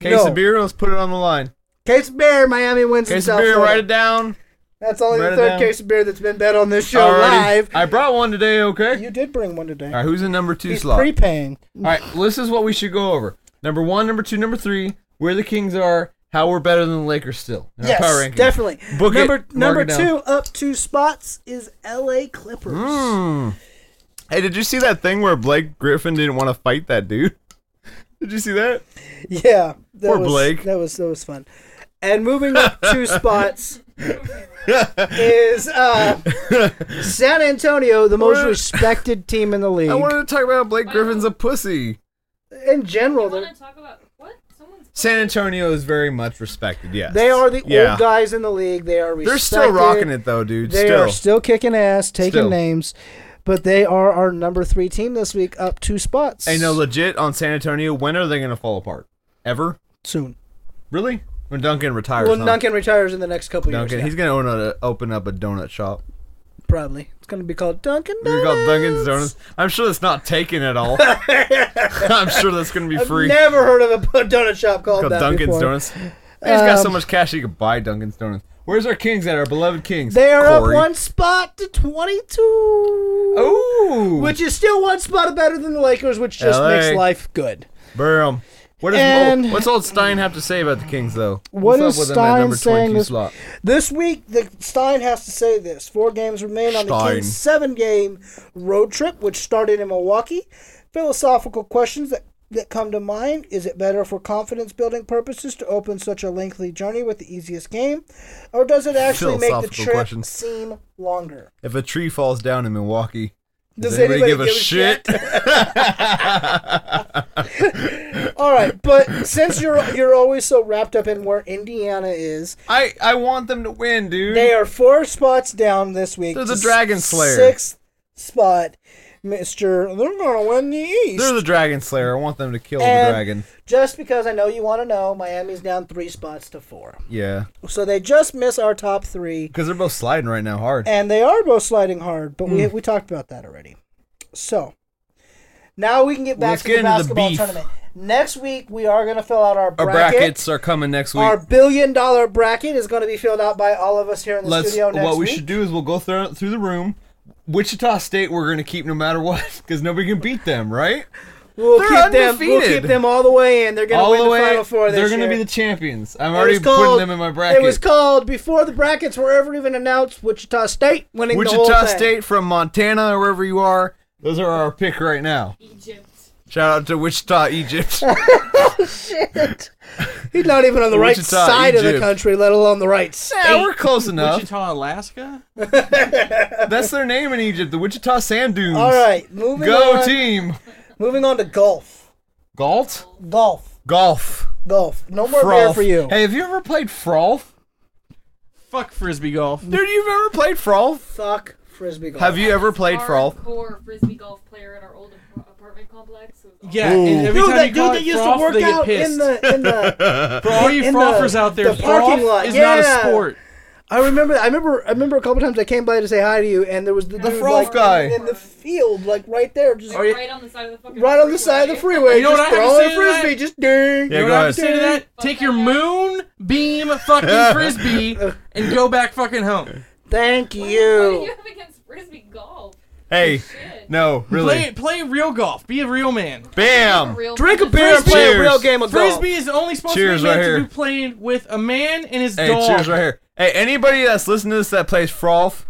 Case No. of beer, let's put it on the line. Case of beer, Miami wins in Case of South beer, Florida. write it down. That's only write the it third down. case of beer that's been bet on this show Alrighty. live. I brought one today, okay? You did bring one today. All right, who's in number two He's slot? prepaying. All right, well, this is what we should go over. Number one, number two, number three, where the Kings are, how we're better than the Lakers still. in our Yes, power rankings. definitely. Book it. number Mark number it down. two up two spots is L.A. Clippers. Mm. Hey, did you see that thing where Blake Griffin didn't want to fight that dude? Did you see that? Yeah, that Poor was, Blake. That was that was fun. And moving up two spots is uh, San Antonio, the most What? respected team in the league. I wanted to talk about Blake Griffin's a pussy. in general, You they're, want to talk about what? Someone's San Antonio is very much respected. Yes, they are the Yeah. old guys in the league. They are respected. They're still rocking it though, dude. They still. are still kicking ass, taking Still. names, but they are our number three team this week, up two spots. Hey, no, legit on San Antonio. When are they gonna fall apart? Ever? soon. Really? When Duncan retires? Well, huh? Duncan retires in the next couple Duncan. years. He's gonna own a, open up a donut shop. yeah, probably it's going to be called Duncan. We're called Duncan's Donuts. Donuts. I'm sure that's not taken at all. I'm sure that's gonna be I've free. never heard of a donut shop called, called that Dunkin's before. Donuts. He's got so Um, much cash he could buy Dunkin's Donuts. Where's our Kings at? Our beloved Kings. They are Corey. Oh. up one spot to 22. Ooh. Which is still one spot better than the Lakers, which just LA. makes life good. Boom. What does And- old, what's old Stein have to say about the Kings though? What What's is up with him at Stein number saying 22 this- slot? This week, the Stein has to say this. Four games remain on the Stein. Kings' seven-game road trip, which started in Milwaukee. Philosophical questions that, that come to mind. Is it better for confidence-building purposes to open such a lengthy journey with the easiest game? Or does it actually make the Philosophical trip questions. seem longer? If a tree falls down in Milwaukee, does, Does anybody, anybody give a, shit? All right, but since you're you're always so wrapped up in where Indiana is, I I want them to win, dude. They are four spots down this week. They're the to Dragon Slayer. Sixth spot, Mister. They're gonna win the East. They're the Dragon Slayer. I want them to kill And the dragon. Just because I know you want to know, Miami's down three spots to four, Yeah, so they just miss our top three, because they're both sliding right now hard. and they are both sliding hard. But Mm. we we talked about that already. So now we can get back Let's to get the into the basketball beef. tournament. Next week we are gonna fill out our Our bracket. brackets are coming next week. Our billion dollar bracket is going to be filled out by all of us here in the Let's. studio next What we week. should do is we'll go through through the room. Wichita State, we're gonna keep no matter what, because nobody can beat them, right? We'll They're keep them. We'll undefeated. keep them all the way in. They're going to All win the the way, final four. they're this gonna year. be the champions. I'm It was already putting called- them in my bracket. It was called before the brackets were ever even announced. Wichita State winning the whole Wichita thing. State from Montana or wherever you are. Those are our pick right now. Egypt. Shout out to Wichita, Egypt. Shit. He's not even on the right Wichita, side of the Egypt. country, let alone the right yeah, we're state. close enough. Wichita, Alaska? That's their name in Egypt, the Wichita Sand Dunes. All right, moving Go on. team. Moving on to golf. Galt? Golf. Golf. Golf. No more beer Frolf. for you. Hey, have you ever played Frolf? Fuck frisbee golf. Dude, you've ever played Frolf? Fuck frisbee golf. Have you ever played Frolf? Hardcore frisbee golf player at our old ap- apartment complex. It was awesome. Yeah, and every dude, time that you dude call that it used froth, to work they get out pissed. in the in the. For all you in the- frothers out there, the parking froth lot, is not a yeah. sport. I remember. I remember. I remember a couple times I came by to say hi to you, and there was the, The dude, frog like, guy. in the field, like right there, just Oh, Like, Are you- right on the side of the fucking right on the side of the freeway, You know what just I have to throwing say a to that? frisbee, just ding. Yeah, You know go what I ahead. have to say to that? Take your moon beam fucking frisbee and go back fucking home. Thank What, do- what do you. you have against frisbee golf? Hey, Shit. no, Play really. play real golf. Be a real man. Bam! Real Drink a frisbee. beer and play a Cheers. real game of golf. Frisbee is only supposed Cheers to be meant right to here. be played with a man and his Hey, dog. cheers right here. Hey, anybody that's listening to this that plays Frolf,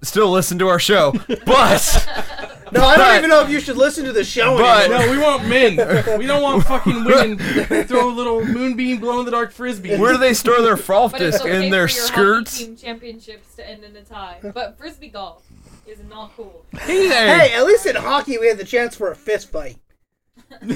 still listen to our show. But No, I don't But- even know if you should listen to the show But- anymore. No, we want men. We don't want fucking women throw little moonbeam blow in the dark frisbee. where do they store their Frolf But it's disc? okay In their for your hockey skirts? Team championships to end in a tie, but frisbee golf is not cool. Hey, at least in hockey we had the chance for a fist fight. you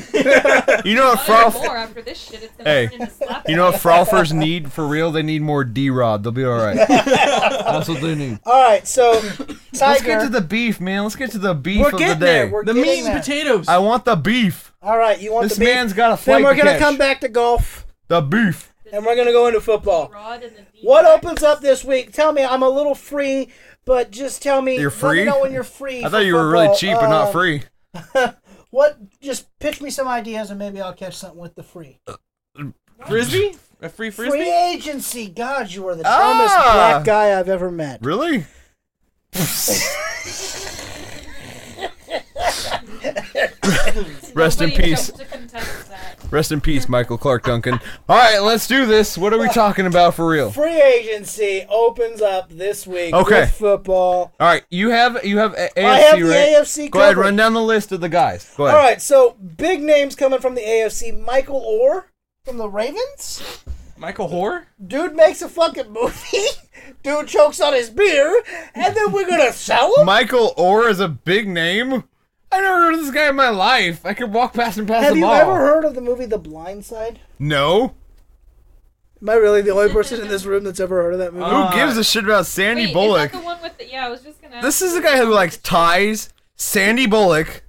know what Not Frolf anymore after this shit. It's gonna Hey. turn into slap. You know what Frolfers need for real? They need more D Rod. They'll be all right. That's what they need. All right, so Let's get to Tiger, the beef, man. Let's get to the beef we're of the getting day. there. We're The getting meat and there. potatoes. I want the beef. All right, you want This the beef? man's got a Then flight we're to gonna catch. come back to golf, The beef. and we're gonna go into football. Rod and the D- What opens up this week? Tell me, I'm a little free, but just tell me. You're Let free? me know when you're free. I for thought you were really football. cheap and Uh, not free. What? Just pitch me some ideas, and maybe I'll catch something with the free. frisbee? A free frisbee? Free agency. God, you are the dumbest Ah! black guy I've ever met. Really? Rest in Nobody peace. jumped to contest that. Rest in peace, Michael Clark Duncan. All right, let's do this. What are we talking about for real? Free agency opens up this week Okay. with football. All right, you have you have A- AFC, I have the right? AFC Go ahead, covered. run down the list of the guys. Go ahead. All right, so big names coming from the AFC. Michael Orr from the Ravens. Michael Hoare? Dude makes a fucking movie. Dude chokes on his beer, and then we're gonna sell him. Michael Orr is a big name. I never heard of this guy in my life. I could walk past and pass Have him you all. ever heard of the movie The Blind Side? No. Am I really the only person in this room that's ever heard of that movie? Uh, Who gives a shit about Sandy Wait, Bullock? Is that the one with the, yeah, I was just gonna. This is a guy who likes ties, Sandy Bullock,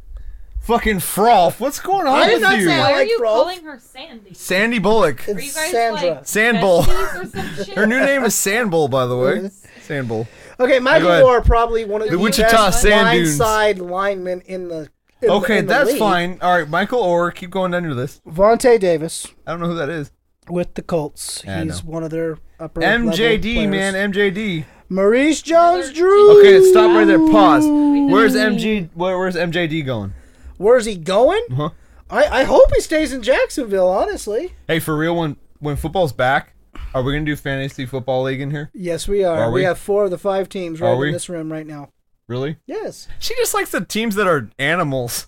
fucking Froth. What's going on I did with not you? say I Why are like you Rolf. calling her Sandy? Sandy Bullock. Are you it's guys Sandra. like Sandbull. besties or some shit? Her new name is Sandbull, by the way. Sandbull. okay, Michael ahead. Orr probably one of the, The Wichita best Sand blind Dunes. side linemen in the. in the- Okay, in the that's league. fine. All right, Michael Orr. Keep going down your list. Vontae Davis I don't know who that is. with the Colts. Yeah, I He's know. one of their upper MJD, level man, players. MJD. Maurice Jones-Drew. Okay, stop right there. Pause. Where's MG? Where, where's MJD going? Where's he going? Huh? I, I hope he stays in Jacksonville. Honestly, Hey, for real, when when football's back, are we gonna do fantasy football league in here? yes, we are. Are we? have four of the five teams Are right we? in this room right now. Really? Yes. She just likes the teams that are animals.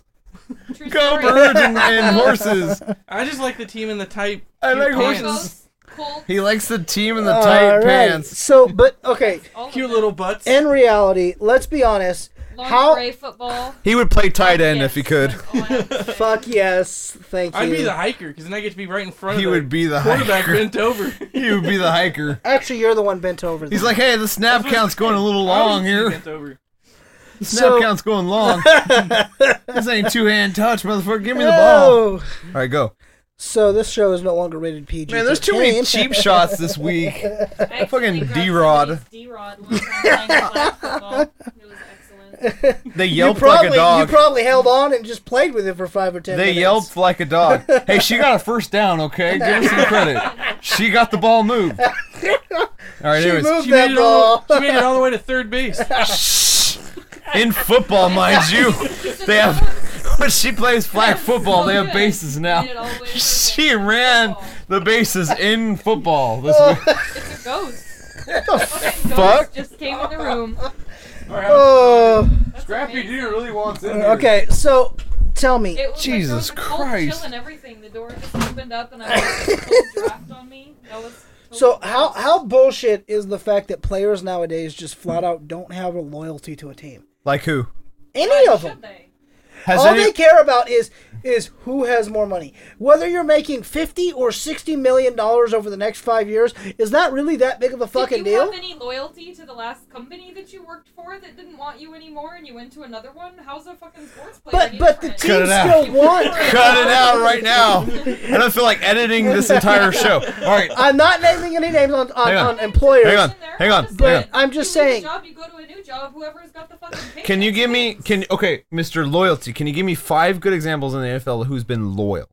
True Go story. birds and, and horses. I just like the team in the tight. I cute like pants. horses. Colts, Colts, He likes the team in the tight All right. pants. So, but okay. all of Cute them. little butts. In reality, let's be honest. how? Lingerie football. He would play tight end Yes, if he could. that's all I have to say. Fuck yes. Thank you. I'd be the hiker because then I get to be right in front He of the would be the quarterback hiker. bent over. He would be the hiker. Actually, you're the one bent over. He's then. like, hey, the snap count's going a little long here. Bent over. The So- snap count's going long. this ain't two hand touch, motherfucker. Give me the ball. Oh. All right, go. So this show is no longer rated PG. Man, there's too many cheap shots this week. I Fucking actually grabbed D-Rod. somebody's D-Rod one time playing flag football. It was excellent. They You yelped probably, like a dog. you probably held on and just played with it for five or ten They minutes. yelped like a dog. Hey, she got a first down, okay? Give her some credit. She got the ball moved. All right, She anyways. moved She that made, it all, ball. she made it all the way to third base. In football, mind you, they have. When she plays flag football, they have bases now. Did it all the way to third base. She ran the bases in football this Oh. week. It's a ghost. Fucking ghost fuck? Just came in the room. Oh. Scrappy amazing. dude really wants in. Okay, so tell me. It was Jesus like, there was a cold Christ. chill and everything. The door just opened up and I had a cold draft on me. That was So how how bullshit is the fact that players nowadays just flat out don't have a loyalty to a team? Like who? Any of them. They? Has All any? they care about is is who has more money. Whether you're making fifty or sixty million dollars over the next five years is not really that big of a fucking Did you deal. have any loyalty to the last company that you worked for that didn't want you anymore and you went to another one? How's a fucking sports player? But any but the different? team it out. still won. Cut it out right now. I don't feel like editing this entire show. All right. I'm not naming any names on on, Hang on. on employers. Hang on, There, hang on, just hang saying. on. I'm just You leave a saying. Job, you go to a new job. Whoever's got the fucking. pay Can you package give me wins. can okay, Mr. Loyalty, can you give me five good examples in the NFL who's been loyal?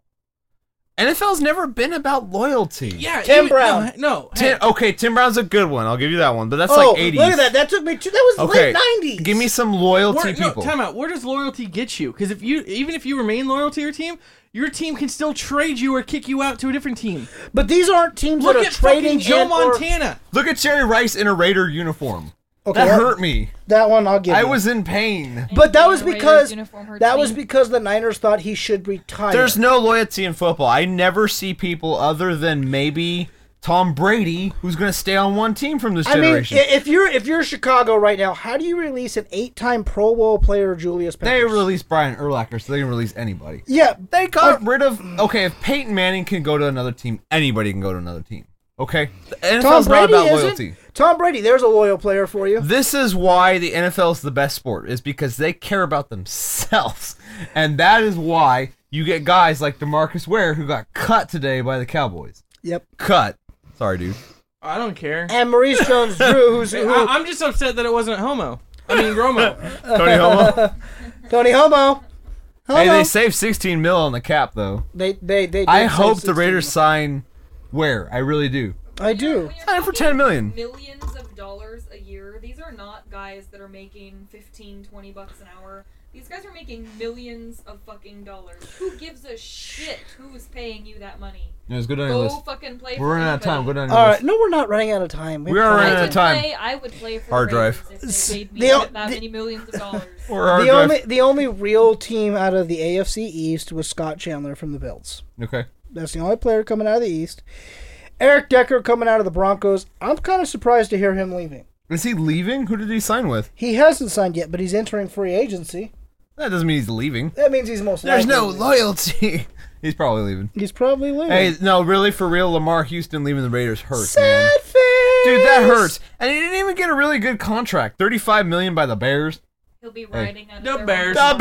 NFL's never been about loyalty. Yeah, Tim even- Brown. No, no hey, Tim, okay, Tim Brown's a good one. I'll give you that one, but that's oh, like 80s. look at that! That took me. Two, that was Okay, late nineties. give me some loyalty where, no, people. time out. Where does loyalty get you? Because if you, even if you remain loyal to your team, your team can still trade you or kick you out to a different team. But these aren't teams Look that are at fucking trading Joe and or- Montana. Look at Jerry Rice in a Raider uniform. Okay, That hurt me. That one I'll give. I you. was in pain. But that was Raiders because uniform hurts that me. was because the Niners thought he should retire. There's no loyalty in football. I never see people other than maybe Tom Brady, who's going to stay on one team from this I mean, i- generation. if you're if you're Chicago right now, how do you release an eight-time Pro Bowl player Julius? they Peppers? released Brian Urlacher, so they didn't release anybody. yeah. They got rid of. Okay, if Peyton Manning can go to another team, anybody can go to another team. Okay, the NFL's Tom Brady not about isn't. loyalty. Tom Brady, there's a loyal player for you. This is why the NFL is the best sport, is because they care about themselves, and that is why you get guys like Demarcus Ware, who got cut today by the Cowboys. Yep. Cut. Sorry, dude. I don't care. And Maurice Jones-Drew, who's I, who, I'm just upset that it wasn't homo. I mean, Romo. Tony Homo. Tony Homo. Homo. hey, they saved 16 mil on the cap though. they they they. I did say hope the 16. Raiders sign Ware. I really do. I When you're- do. when you're Sign him for talking 10 million. Millions of dollars a year. These are not guys that are making 15, 20 bucks an hour. These guys are making millions of fucking dollars. Who gives a shit who's paying you that money? It was good on your Go list. fucking play. We're for running out of time. Go anybody. down your All list. right. No, we're not running out of time. Mm. We are I running would out of time. Play, I would play for Hard the Raiders drive. If they paid me The o- that the- many millions of dollars. Or our The draft. only the only real team out of the AFC East was Scott Chandler from the Bills. Okay. That's the only player coming out of the East. Eric Decker coming out of the Broncos. I'm kind of surprised to hear him leaving. Is he leaving? Who did he sign with? He hasn't signed yet, but he's entering free agency. That doesn't mean he's leaving. That means he's most There's likely to no leave. loyalty. he's probably leaving. He's probably leaving. Hey, no, really, for real, Lamar Houston leaving the Raiders hurts, man. Sad face. Dude, that hurts. And he didn't even get a really good contract. Thirty-five million by the Bears. He'll be riding out of The their Bears. own- The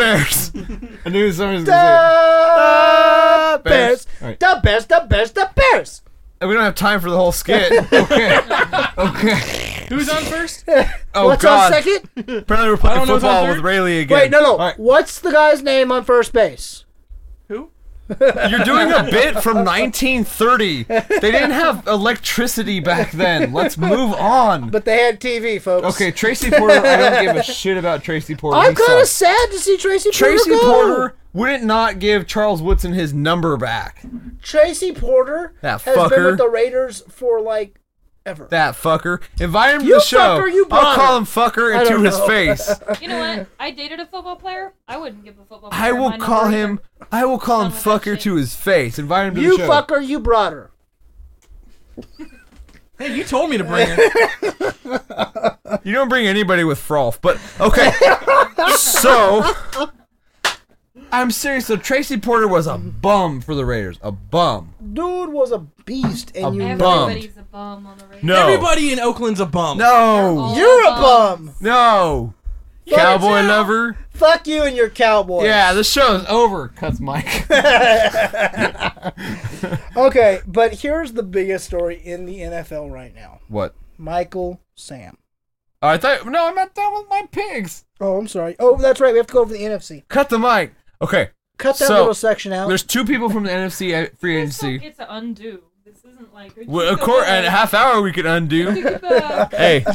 Bears. I knew someone was gonna The say. it. Bears. Bears. All right. The Bears. The Bears. The Bears. We don't have time for the whole skit. Okay. Okay. Who's on first? Oh What's God. on second? Apparently, we're playing don't know who's on football with third. Rayleigh again. Wait, no, no. All right. What's the guy's name on first base? Who? You're doing a bit from 1930. They didn't have electricity back then. Let's move on. But they had TV, folks. Okay, Tracy Porter. I don't give a shit about Tracy Porter. I'm He kind of sucks. sad to see Tracy, Tracy Porter go. Porter wouldn't not give Charles Woodson his number back. Tracy Porter That has been fucker. with the Raiders for like ever. That fucker. Invite him to You the show. fucker, you I'll brought call him. him fucker I and to don't his know. face. You know what? I dated a football player. I wouldn't give a football player. I will my call number him. I will call him Son of a fucker bitch. to his face. Invite him to you the show. fucker, you brought her. Hey, you told me to bring her. You don't bring anybody with froth, but okay. so I'm serious. So Tracy Porter was a bum for the Raiders. A bum. Dude was a beast, and you either. know bum. Everybody's a bum on the radio. No. Everybody in Oakland's a bum. No. it. You're a bum. No. Cowboy lover. Fuck you and your cowboy. Yeah, the show's over. Cuts Mike. Okay, but here's the biggest story in the NFL right now: what? Michael Sam. Oh, I thought. No, I'm not done with my pigs. Oh, I'm sorry. Oh, that's right. We have to go over the NFC. Cut the mic. Okay. Cut that So, little section out. There's two people from the NFC uh, free This don't agency. get to undo. This isn't like. Well, of course, in a half hour we could undo. Take it back. Hey,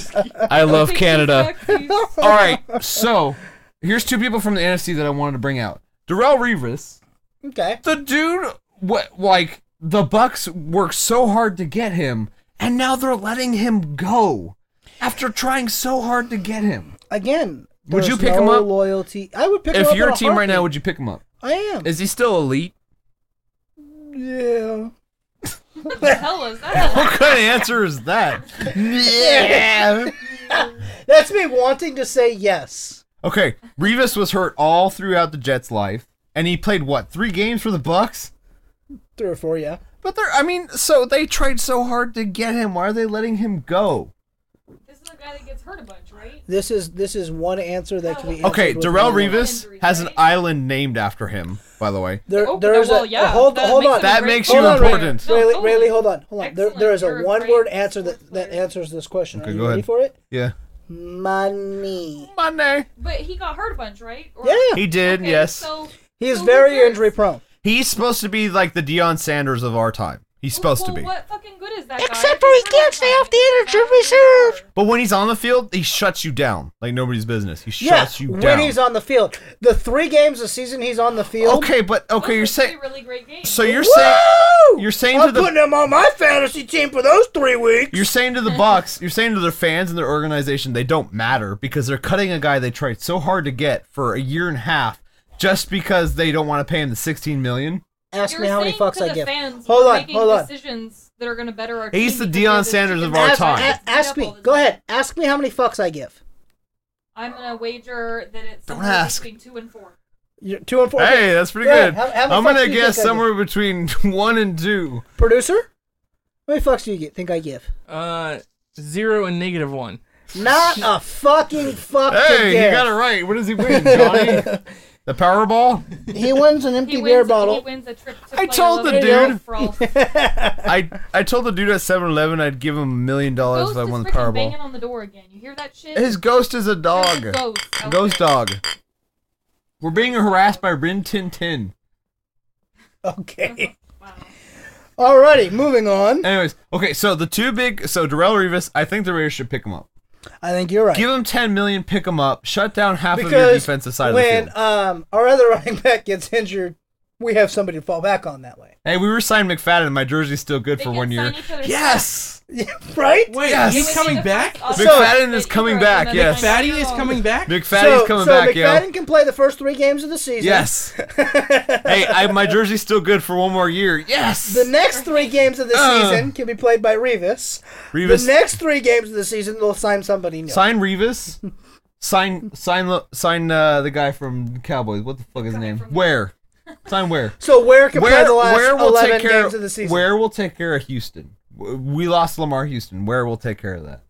I love Take it Canada. back, please. All right, so here's two people from the NFC that I wanted to bring out. Darrell Revis, Okay. the dude, what like the Bucks worked so hard to get him, and now they're letting him go after trying so hard to get him. Again. Would you there's pick him no up? Loyalty. I would pick him up. If in you're a a team right now, heartbeat. would you pick him up? I am. Is he still elite? yeah. Tell us. That's What kind of answer is that? Yeah. That's me wanting to say yes. Okay, Revis was hurt all throughout the Jets' life, and he played what three games for the Bucks. Three or four, yeah. But they're, I mean, so they tried so hard to get him. Why are they letting him go? this is the guy that gets hurt a bunch, right? This is this is one answer that can be answered Okay, with Darrell one word. Revis has an island named after him, by the way. There, Oh, there is well, a yeah, hold, that hold makes on. it a That great makes Hold you on, Ray- important. No, Rayleigh, totally. Rayleigh, hold on, hold on. There, Excellent. there is You're a a one-word great answer that, sports that player. answers this question. Okay, Are you go ready ahead. for it? Yeah. Money. Monday. But he got hurt a bunch, right? Or- Yeah, He did, Okay, yes. So he is who very cares? injury prone. He's supposed to be like the Deion Sanders of our time. He's supposed well, to be. What fucking good is that? Except guy? for he He's can't hurt stay a off the bunch. injured He's reserve. hurt. But when he's on the field, he shuts you down like nobody's business. He Yeah, shuts you when down. he's on the field, the three games a season he's on the field. okay, but okay, Those you're are saying. three really great games. So you're saying Woo! you're saying I'm to the- putting him on my fantasy team for those three weeks. You're saying to the Bucks, you're saying to their fans and their organization, they don't matter because they're cutting a guy they tried so hard to get for a year and a half just because they don't want to pay him the 16 million. Ask You're me how many saying fucks to I the give. Fans, Hold we're on, making hold on. Decisions that are going to better our He's team the because Deion of Sanders this of chicken our nuggets. Ask, time. a- ask me. Go ahead. Ask me how many fucks I give. I'm going to wager that it's Don't somewhere ask. between two and four. You're two and four. Hey, that's pretty Go good. ahead. How- how many I'm fucks gonna do you guess think I somewhere between one and two. Producer, how many fucks do you get, think I give? Uh, zero and negative one. Not a fucking fuck to Hey, give. you got it right. What does he win, Johnny? the Powerball? He wins an empty He beer wins, he bottle. wins a trip to I play told the Love Island dude. for all- I I told the dude at 7-Eleven I'd give him a million dollars if Ghost I is won the freaking banging Powerball. on the door again. You hear that shit? His ghost is a dog. There's a ghost out Ghost there. dog. We're being harassed by Rin Tin Tin. Okay. Wow. Alrighty, moving on. Anyways, okay, so the two big, so Darrell Revis, I think the Raiders should pick him up. I think you're right. Give him ten million, pick him up, shut down half because of your defensive side when of the field. um our other running back gets injured, we have somebody to fall back on that way. Hey, we were signed McFadden, and my jersey's still good They for can one year. sign each other's Yes, Yeah, right? Wait, Yes. he's coming back. So- McFadden is coming back, yes. Fatty is coming back. McFadden's so, coming so back, McFadden yo. can play the first three games of the season. Yes. hey, I, my jersey's still good for one more year. Yes. The next three games of the Uh. season can be played by Revis. Revis, The next three games of the season, they'll sign somebody new. sign Revis, sign sign lo- sign uh, the guy from Cowboys. What the fuck is his name? from- Where? Sign where? so where can play where, the last where we'll 11 take care games of the season? Where will take care of Houston? W- We lost Lamar Houston. Where will take care of that?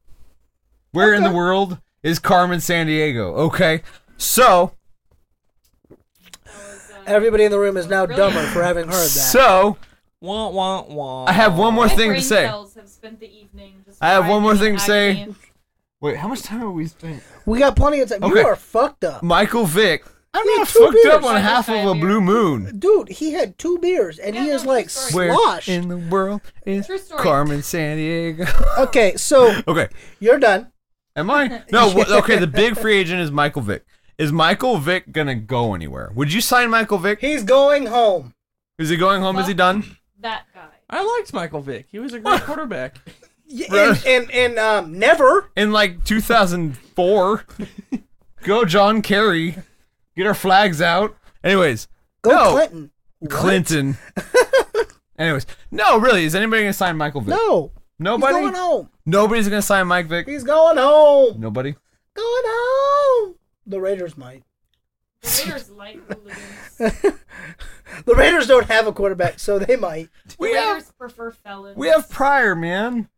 Where in the Okay. world is Carmen San Diego? Okay. So, Everybody in the room is now dumber for having heard that. so Wah wah wah. I have one more My thing to brain say. cells have spent the evening just I have one more writhing thing to say. agony. Wait, how much time have we spent? we got plenty of time. Okay. You are fucked up. Michael Vick. I'm Yeah, not two fucked up beers. on half of a blue moon. Dude, he had two beers and he Yeah, is no, like true Where story. sloshed. in the world is True story. Carmen San Diego? Okay, so okay. you're done. Am I? No. wh- Okay. The big free agent is Michael Vick. Is Michael Vick gonna go anywhere? Would you sign Michael Vick? He's going home. Is he going home? Is he done? That guy. I liked Michael Vick. He was a great quarterback. Y- And, Right. and, and um, never. in like 2004. Go John Kerry. Get our flags out. Anyways, Go no, Clinton. Clinton. Anyways, no, really, is anybody gonna sign Michael Vick? No. Nobody. He's going home. Nobody's gonna sign Mike Vick. He's going home. Nobody. Going home. The Raiders might. The Raiders like hooligans. The Raiders don't have a quarterback, so they might. We Raiders have prefer felons. we have Pryor, man.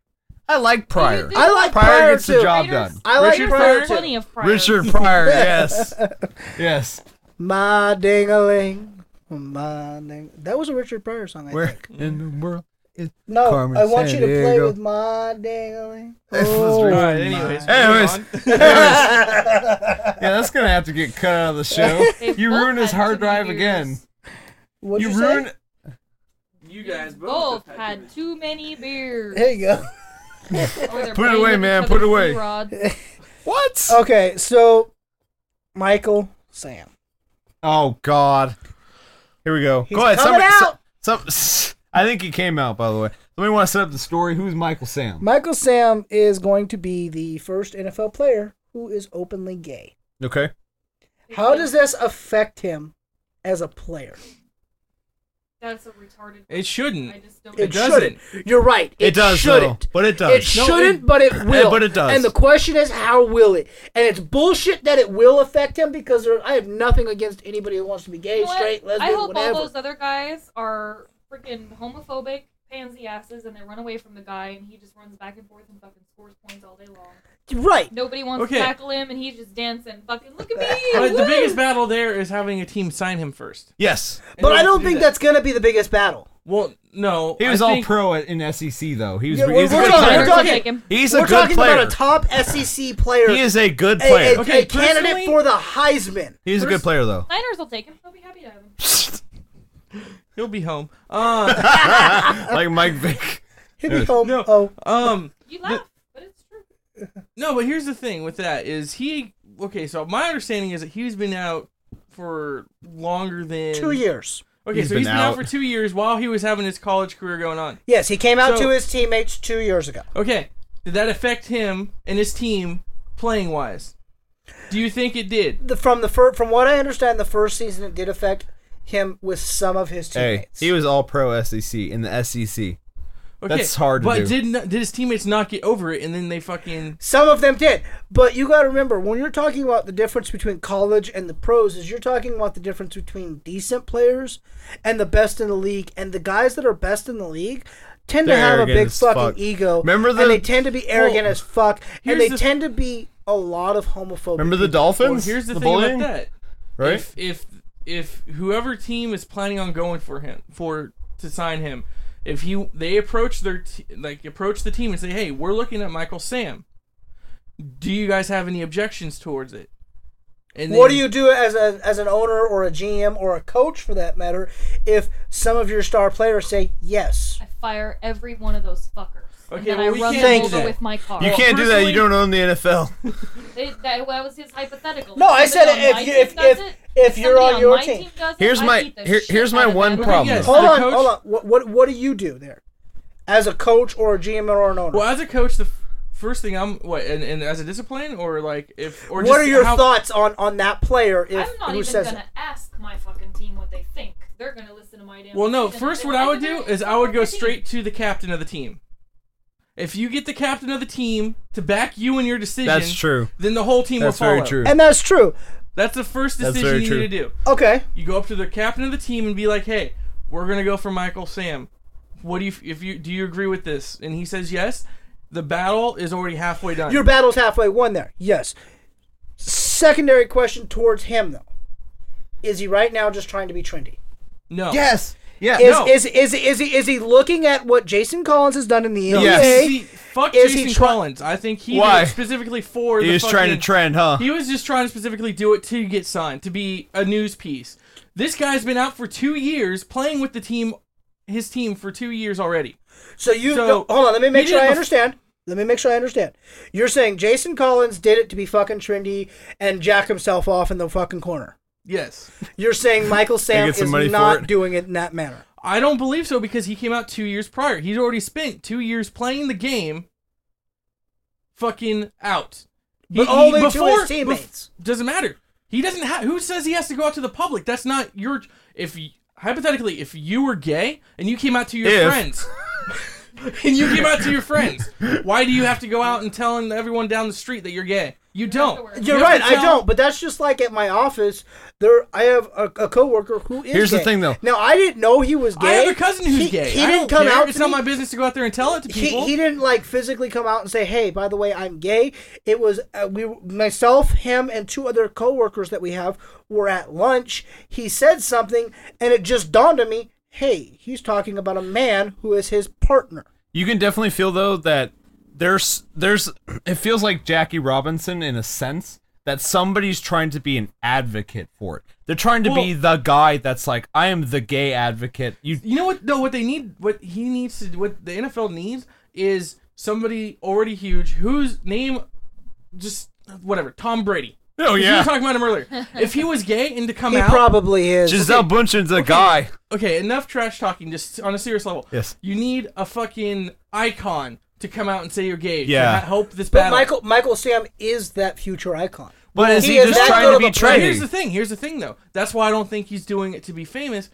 I like Pryor. do? I like Pryor, Pryor gets the too. job Raiders- done. I like Richard Pryor There's too. plenty of priors. Richard Pryor, yes, yes. My ding-a-ling. My ding. That was a Richard Pryor song, I Where think. in the world is No, Carmen I want you to play Sandiego? with my ding-a-ling. This was Oh, All Richard right. my. Anyways. Anyways. moving on. Yeah, that's gonna have to get cut out of the show. They've you both ruined his had hard two drive beers. again. What'd you, you say? ruined. you guys Both both. had too many beers. There you go. or they're Put it playing away, with man, each put it other's away. rods. What? Okay, so Michael Sam. Oh God. Here we go. He's go ahead. coming somebody- so- out. some- I think he came out by the way. Somebody want to set up the story. Who's Michael Sam? Michael Sam is going to be the first NFL player who is openly gay. okay. How does this affect him as a player. That's a retarded. It I shouldn't. just don't. It It, doesn't. shouldn't. You're right. It, It does, though. shouldn't. But it does. It No, it- shouldn't, but it will. but it does. And the question is, how will it? And it's bullshit that it will affect him because there, I have nothing against anybody who wants to be gay, You know what? straight, lesbian, I hope whatever. all those other guys are freaking homophobic pansy asses and they run away from the guy and he just runs back and forth and fucking scores points all day long. Right. Nobody wants Okay. to tackle him and he's just dancing. Fucking look at me! But the woo!" biggest battle there is having a team sign him first. Yes. And But they I don't do think that. that's going to be the biggest battle. Well, no. He was I all think- pro at- in SEC though. He was Yeah, he we're- was a we're good talking- player. They're gonna Okay. take him. He's a We're good talking player. about a top SEC player. he is a good a- player. a, Okay, a candidate personally- for the Heisman. He's a good player, though. Niners will take him. They'll be happy to have him. He'll be home. Uh, like Mike Vick. He'll be home. No. Oh, um. You laugh, but it's true. No, but here's the thing with that is he okay? So my understanding is that he's been out for longer than two years. Okay, He's so been he's been out. out. for two years while he was having his college career going on. Yes, he came out So- to his teammates two years ago. Okay, did that affect him and his team playing wise? Do you think it did? The, from the fir- from what I understand, the first season it did affect him with some of his Hey, teammates. he was all pro SEC in the E SEC. Okay, That's hard to but do. did not, did his teammates not get over it and then they fucking Some of them did, but you got to remember when you're talking about the difference between college and the pros is you're talking about the difference between decent players and the best in the league, and the guys that are best in the league tend They're to have a arrogant big as fucking fuck. ego. Remember the- and they tend to be arrogant as fuck, and here's they the- tend to be a lot of homophobic. Remember the people. Dolphins? Well, here's the, thing bullying, about that. right? If if if whoever team is planning on going for him for to sign him, if he they approach their t- like approach the team and say, "Hey, we're looking at Michael Sam. Do you guys have any objections towards it?" And What do then- you do as a as an owner or a GM or a coach for that matter if some of your star players say yes? I fire every one of those fuckers. Okay, and then well, we I run can't them do over that. with my car. you can't do that. You don't own the NFL. It, that, that was his hypothetical. No, I said somebody if on my you- team if- does if- it, if you're somebody on your my team. does it, Here's I my- beat the here- shit here's my out of one them. problem. yes. Hold The on, coach- hold on. What, what what do you do there? As a coach or a GM or an owner? Well, as a coach, the f- first thing I'm what and, and as a discipline or like if or what just are your how- thoughts on on that player? If I'm not who even says gonna it? ask my fucking team what they think. They're gonna listen to my damn. Well, no. shit and if First, they what don't I would like do it, then is it's I not would my go team. straight to the captain of the team. If you get the captain of the team to back you in your decision, That's true. Then the whole team That's will follow. very true. And that's true. That's the first That's decision very you true. need to do. Okay, You go up to the captain of the team and be like, "Hey, we're gonna go for Michael Sam. What do you if you do you agree with this?" And he says yes. The battle is already halfway done. your battle's halfway won there. Yes. Secondary question towards him though: Is he right now just trying to be trendy? no. Yes. Yeah. Is No. is, is is he is he looking at what Jason Collins has done in the NBA? Yes. See, fuck Is he Jason try- Collins. I think he Why? did it specifically for He the was trying to fucking- trend, huh? He was just trying to specifically do it to get signed, to be a news piece. This guy's been out for two years playing with the team, his team for two years already. So you So, no, hold on. Let me make he sure did I bef- understand. Let me make sure I understand. You're saying Jason Collins did it to be fucking trendy and jack himself off in the fucking corner. Yes, You're saying Michael Sam get some is money for not it. doing it in that manner. I don't believe so because he came out two years prior. He's already spent two years playing the game. Fucking out. He- But he- only to before- his teammates. bef- doesn't matter. He doesn't have. Who says he has to go out to the public? That's not your. If y- hypothetically, if you were gay and you came out to your If. friends, and you came out to your friends, why do you have to go out and telling everyone down the street that you're gay? You don't. Afterwards. You You're have right. to I tell- don't. But that's just like at my office. There, I have a, a coworker who is. Here's the gay. thing, though. Now I didn't know he was gay. I have a cousin who's He- gay. He I didn't don't come care. out. It's to not me. my business to go out there and tell it to people. He, he didn't like physically come out and say, "Hey, by the way, I'm gay." It was uh, we myself, him, and two other coworkers that we have were at lunch. He said something, and it just dawned on me, "Hey, he's talking about a man who is his partner." You can definitely feel though that there's there's it feels like Jackie Robinson in a sense that somebody's trying to be an advocate for it. They're trying to be the guy that's like I am the gay advocate. You You know what? No, what they need, what he needs to, what the NFL needs is somebody already huge whose name, just whatever, Tom Brady. Oh, 'Cause You yeah. were talking about him earlier. if he was gay and to come He out, probably is. Giselle Bundchen's a guy. okay, enough trash talking. Just on a serious level, Yes. you need a fucking icon to come out and say you're gay. to Yeah. ha- help this but battle. Michael Michael Sam is that future icon. But is He he, is just that trying good to of a be player. But here's the trendy? thing. Here's the thing, though. That's why I don't think he's doing it to be famous,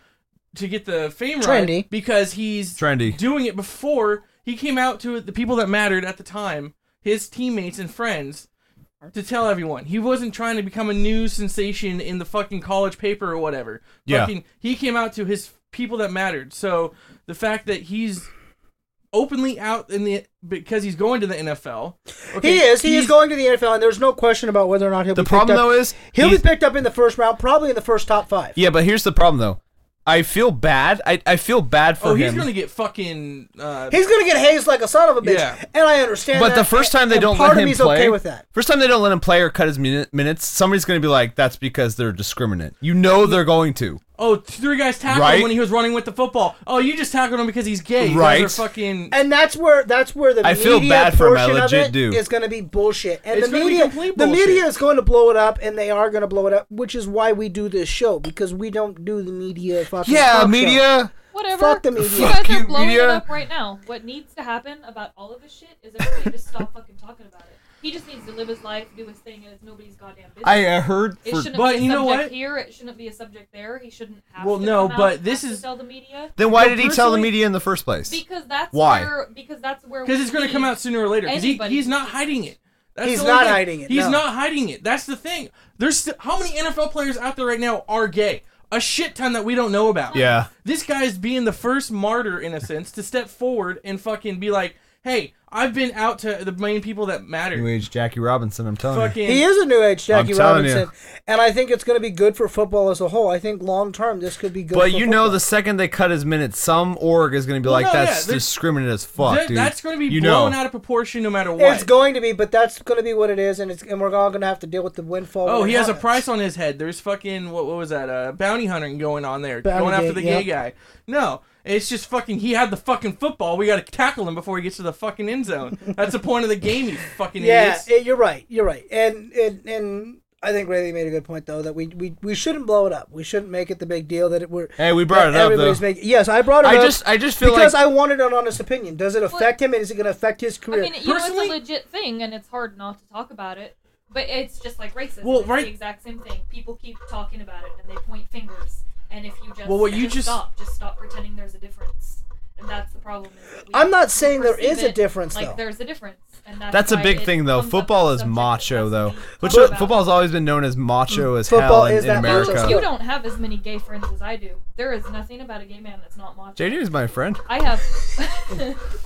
to get the fame Trendy. right, because he's Trendy. doing it before he came out to the people that mattered at the time, his teammates and friends, to tell everyone. He wasn't trying to become a new sensation in the fucking college paper or whatever. Yeah. Fucking, he came out to his people that mattered. So the fact that he's openly out in the because he's going to the NFL. okay, He is. He is he's- going to the NFL, and there's no question about whether or not he'll The be problem picked up. though is he'll be he's- picked up in the first round, probably in the first top five. yeah, but here's the problem though. I feel bad. I, I feel bad for Oh, him. he's gonna get fucking. Uh, He's gonna get hazed like a son of a bitch, Yeah. and I understand. but that, the first time they and don't part let of him me's play, okay with that. first time they don't let him play or cut his minu- minutes, somebody's going to be like, "That's because they're discriminate." You know they're going to. Oh, three guys tackled him Right? when he was running with the football. Oh, you just tackled him because he's gay. You guys Right. are fucking. And that's where that's where the I media feel bad for my portion of legit it dude. is going to be bullshit, and It's the gonna be media complete the bullshit. media is going to blow it up, and they are going to blow it up, which is why we do this show because we don't do the media fucking talk Yeah, show. media. Whatever. Fuck the media. You guys Fuck are you, blowing media. it up right now. What needs to happen about all of this shit is everybody just stop fucking talking about it. He just needs to live his life, do his thing, and it's nobody's goddamn business. I uh, heard it for shouldn't But be a you know subject what? here. It shouldn't be a subject there. He shouldn't have. Well, to no, come but out, this have to is- tell the media Then why No, did he tell the personally- media in the first place? because that's Why? where because that's where Because it's going going to come out sooner or later. 'Cause he, Anybody he's not can. hiding it. That's He's the only not thing. hiding it, He's no. not hiding it. That's the thing. There's st- how many NFL players out there right now are gay? A shit ton that we don't know about. Yeah. This guy's being the first martyr in a sense to step forward and fucking be like, "Hey, I've been out to the main people that New matter." age Jackie Robinson. I'm telling you. Fucking. He is a new age Jackie I'm telling Robinson, and I think it's going to be good for football as a whole. I think long term this could be good. But for you know, football. the second they cut his minutes, some org is going to be like, no, yeah, "That's they're- discriminate as fuck, That- dude." That's going to be you blown know. out of proportion no matter what. It's going to be, but that's going to be what it is, and it's and we're all going to have to deal with the windfall. Oh, when it he has a happens. price on his head. There's fucking what, what was that? Uh, bounty hunting going on there, Bounty going after gate, the gay guy. No, it's just fucking. He had the fucking football. We got to tackle him before he gets to the fucking end zone. That's the point of the game. You fucking Yeah, idiots. it- you're right. You're right, and and and I think Rayleigh made a good point though that we we, we shouldn't blow it up. We shouldn't make it the big deal that it we're. Hey, we brought that it up, everybody's though. making- yes, I brought it I up. just, I just feel because like I wanted an honest opinion. Does it affect him, and is it going to affect his I career? mean, you know, it's a Personally- legit thing, and it's hard not to talk about it. But it's just like racism. Well, it's right- the exact same thing. People keep talking about it, and they point fingers. And if you just Well, what you just just- stop, just stop pretending there's a difference. And that's the problem. Is that we I'm not perceive saying there is a it difference, Like though. there's a difference, and that's that's a why big it thing, though. comes up as Football a is subject that macho, has to though. be Which talked about. football's always been known as macho as Football hell in, is in that macho America. sport. You don't have as many gay friends as I do. There is nothing about a gay man that's not macho. JD is my friend. I have,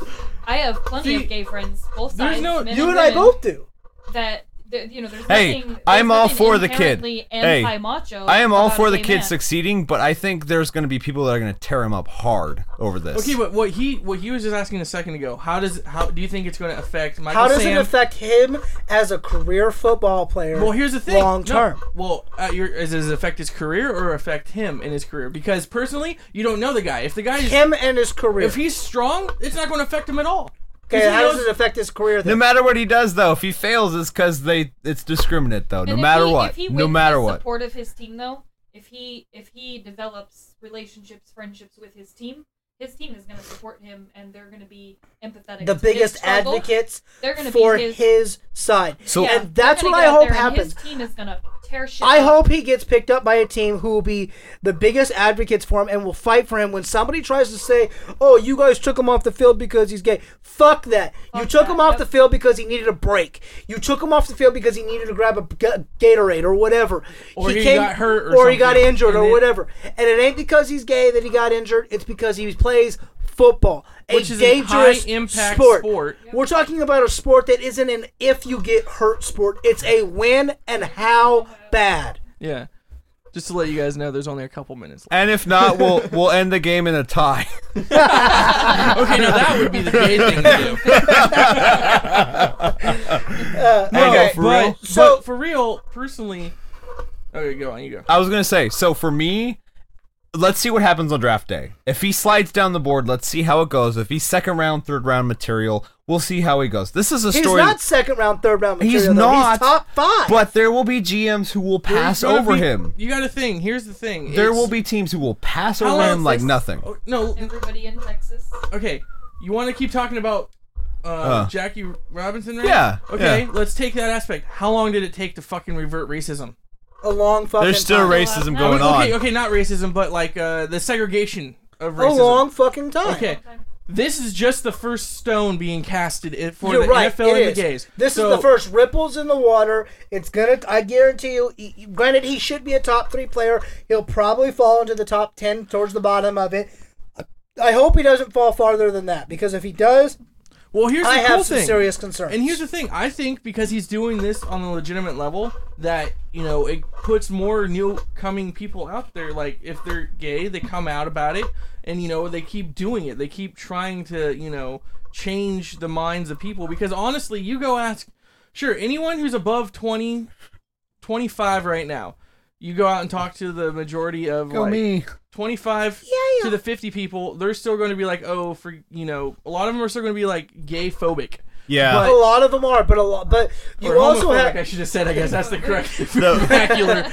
I have plenty See, of gay friends, both there's sides. no- men you and and I women. both do. that th- you know there's Hey, nothing, there's I'm all nothing for the kid. inherently Hey, anti-macho I am all about for a the gay kid man. succeeding, but I think there's going to be people that are going to tear him up hard over this. Okay, but what he what he was just asking a second ago. How does how do you think it's going to affect Michael How does Sam? it affect him as a career football player? Well, here's the thing. Long No, term. well, uh, your, is does it affect his career or affect him in his career? Because personally, you don't know the guy. If the guy is Him and his career. if he's strong, it's not going to affect him at all. 'Cause okay, he how knows- does it affect his career? no Then? matter what he does, though, if he fails, it's because they it's discriminate, though. And No if matter he- what, if he no wins matter the what. support of his team though if he if he develops relationships friendships with his team his team is going to support him and they're going to be empathetic the to his biggest struggle. advocates They're gonna be for his- side. So- Yeah, and that's they're what gonna I get out hope there and happens. his team is going to tear shit I up. hope he gets picked up by a team who will be the biggest advocates for him and will fight for him when somebody tries to say, "Oh, you guys took him off the field because he's gay." Fuck that. you Fuck took that, him off yep. the field because he needed a break. You took him off the field because he needed to grab a g- Gatorade or whatever. Or he got hurt or he got something. injured or And it- whatever. And it ain't because he's gay that he got injured. It's because he plays football, a Which is a dangerous high-impact sport. sport. Yep. We're talking about a sport that isn't an if you get hurt sport. It's a when and how bad. Yeah. Just to let you guys know, there's only a couple minutes left. And if not, we'll we'll end the game in a tie. Okay, now that would be the gay thing to do. Hey, guys, for but, real? So- so for real, personally, okay, go on, you go. I was gonna say, so for me, let's see what happens on draft day. If he slides down the board, let's see how it goes. If he's second round, third round material, we'll see how he goes. This is a He's story. not second round, third round material. He's though. not, top five. but there will be GMs who will pass There's gonna over be- him. You got a thing. Here's the thing. There it's- will be teams who will pass how over long him like is- nothing. oh, No, everybody in texas okay. You want to keep talking about uh, Uh. Jackie Robinson, right? Yeah, Okay, yeah. let's take that aspect. How long did it take to fucking revert racism? A long fucking There's time. still racism No, going okay, on. okay, not racism, but like uh, the segregation of A racism. long fucking time. Okay, this is just the first stone being casted i- for You're the right. NFL and it the is. gays. This So- is the first ripples in the water. It's gonna. I guarantee you. he- he- Granted, he should be a top three player. He'll probably fall into the top ten, towards the bottom of it. I hope he doesn't fall farther than that because if he does, Well, here's I the cool have some thing. serious concerns. And here's the thing: I think because he's doing this on a legitimate level, that you know it puts more new coming people out there. Like if they're gay, they come out about it, and you know they keep doing it. They keep trying to you know change the minds of people. Because honestly, you go ask, sure, anyone who's above 20, 25 right now, you go out and talk to the majority of like 25 to the 50 people, they're still going to be like, oh, for you know, a lot of them are still going to be like gay phobic. Yeah. a lot of them are, but a lot. But you Or also homophobic, I have. should have said. I guess that's the correct No. vernacular. Gay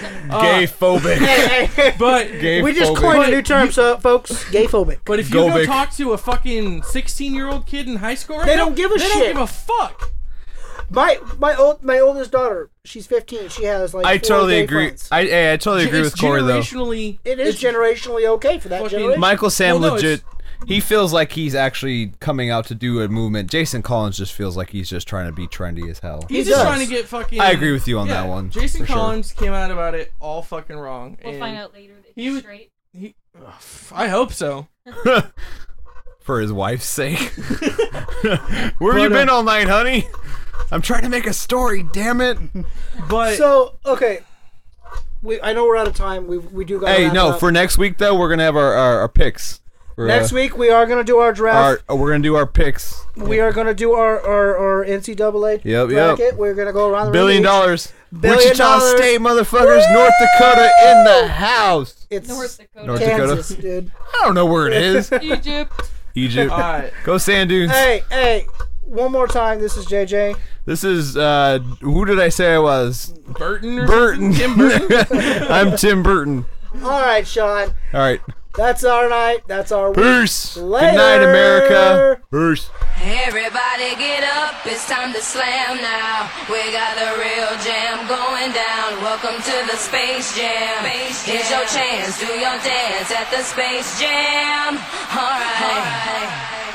Uh, phobic. Hey, hey, but we just coined a new But term, so folks. Gayphobic. but if you Go go big. talk to a fucking sixteen-year-old kid in high school, right They now, don't give a they shit. don't give a fuck. My my old my oldest daughter. She's 15. She has like. I four totally gay agree. friends. I, I I totally agree it's with Corey though. generationally. it is generationally okay for that Fucking- generation. Michael Sam Well, no, legit. He feels like he's actually coming out to do a movement. Jason Collins just feels like he's just trying to be trendy as hell. He's He does. just trying to get fucking. I agree with you on that Yeah, one. Jason for sure. Collins came out about it all fucking wrong. We'll and find out later that he he's was- straight. He, ugh, I hope so. for his wife's sake. Where have you But, uh, been all night, honey? I'm trying to make a story. Damn it! But So okay, we I know we're out of time. We we do got. Hey, no. For next week though, we're gonna have our our, our picks. For, next uh, week we are gonna do our our, draft. uh, we're gonna do our picks. we are gonna do our our, our NCAA Yep, yep. bracket. We're gonna go around the room Billion each. dollars. Billion Wichita dollars. State, motherfuckers. North Dakota in the house. It's North Dakota. North Dakota. Kansas, dude. I don't know where it is. Egypt. Egypt. all right, Go sand dunes. hey, hey. One more time. This is JJ. This is uh who did I say I was? Burton. Or Burton. something? Tim Burton. I'm Tim Burton. All right, Sean. All right. That's our night. That's our week. Peace. Good night, Later. America. Peace. Everybody get up, it's time to slam now. We got a real jam going down. Welcome to the Space Jam. Here's your chance, do your dance at the Space Jam. All right. All right.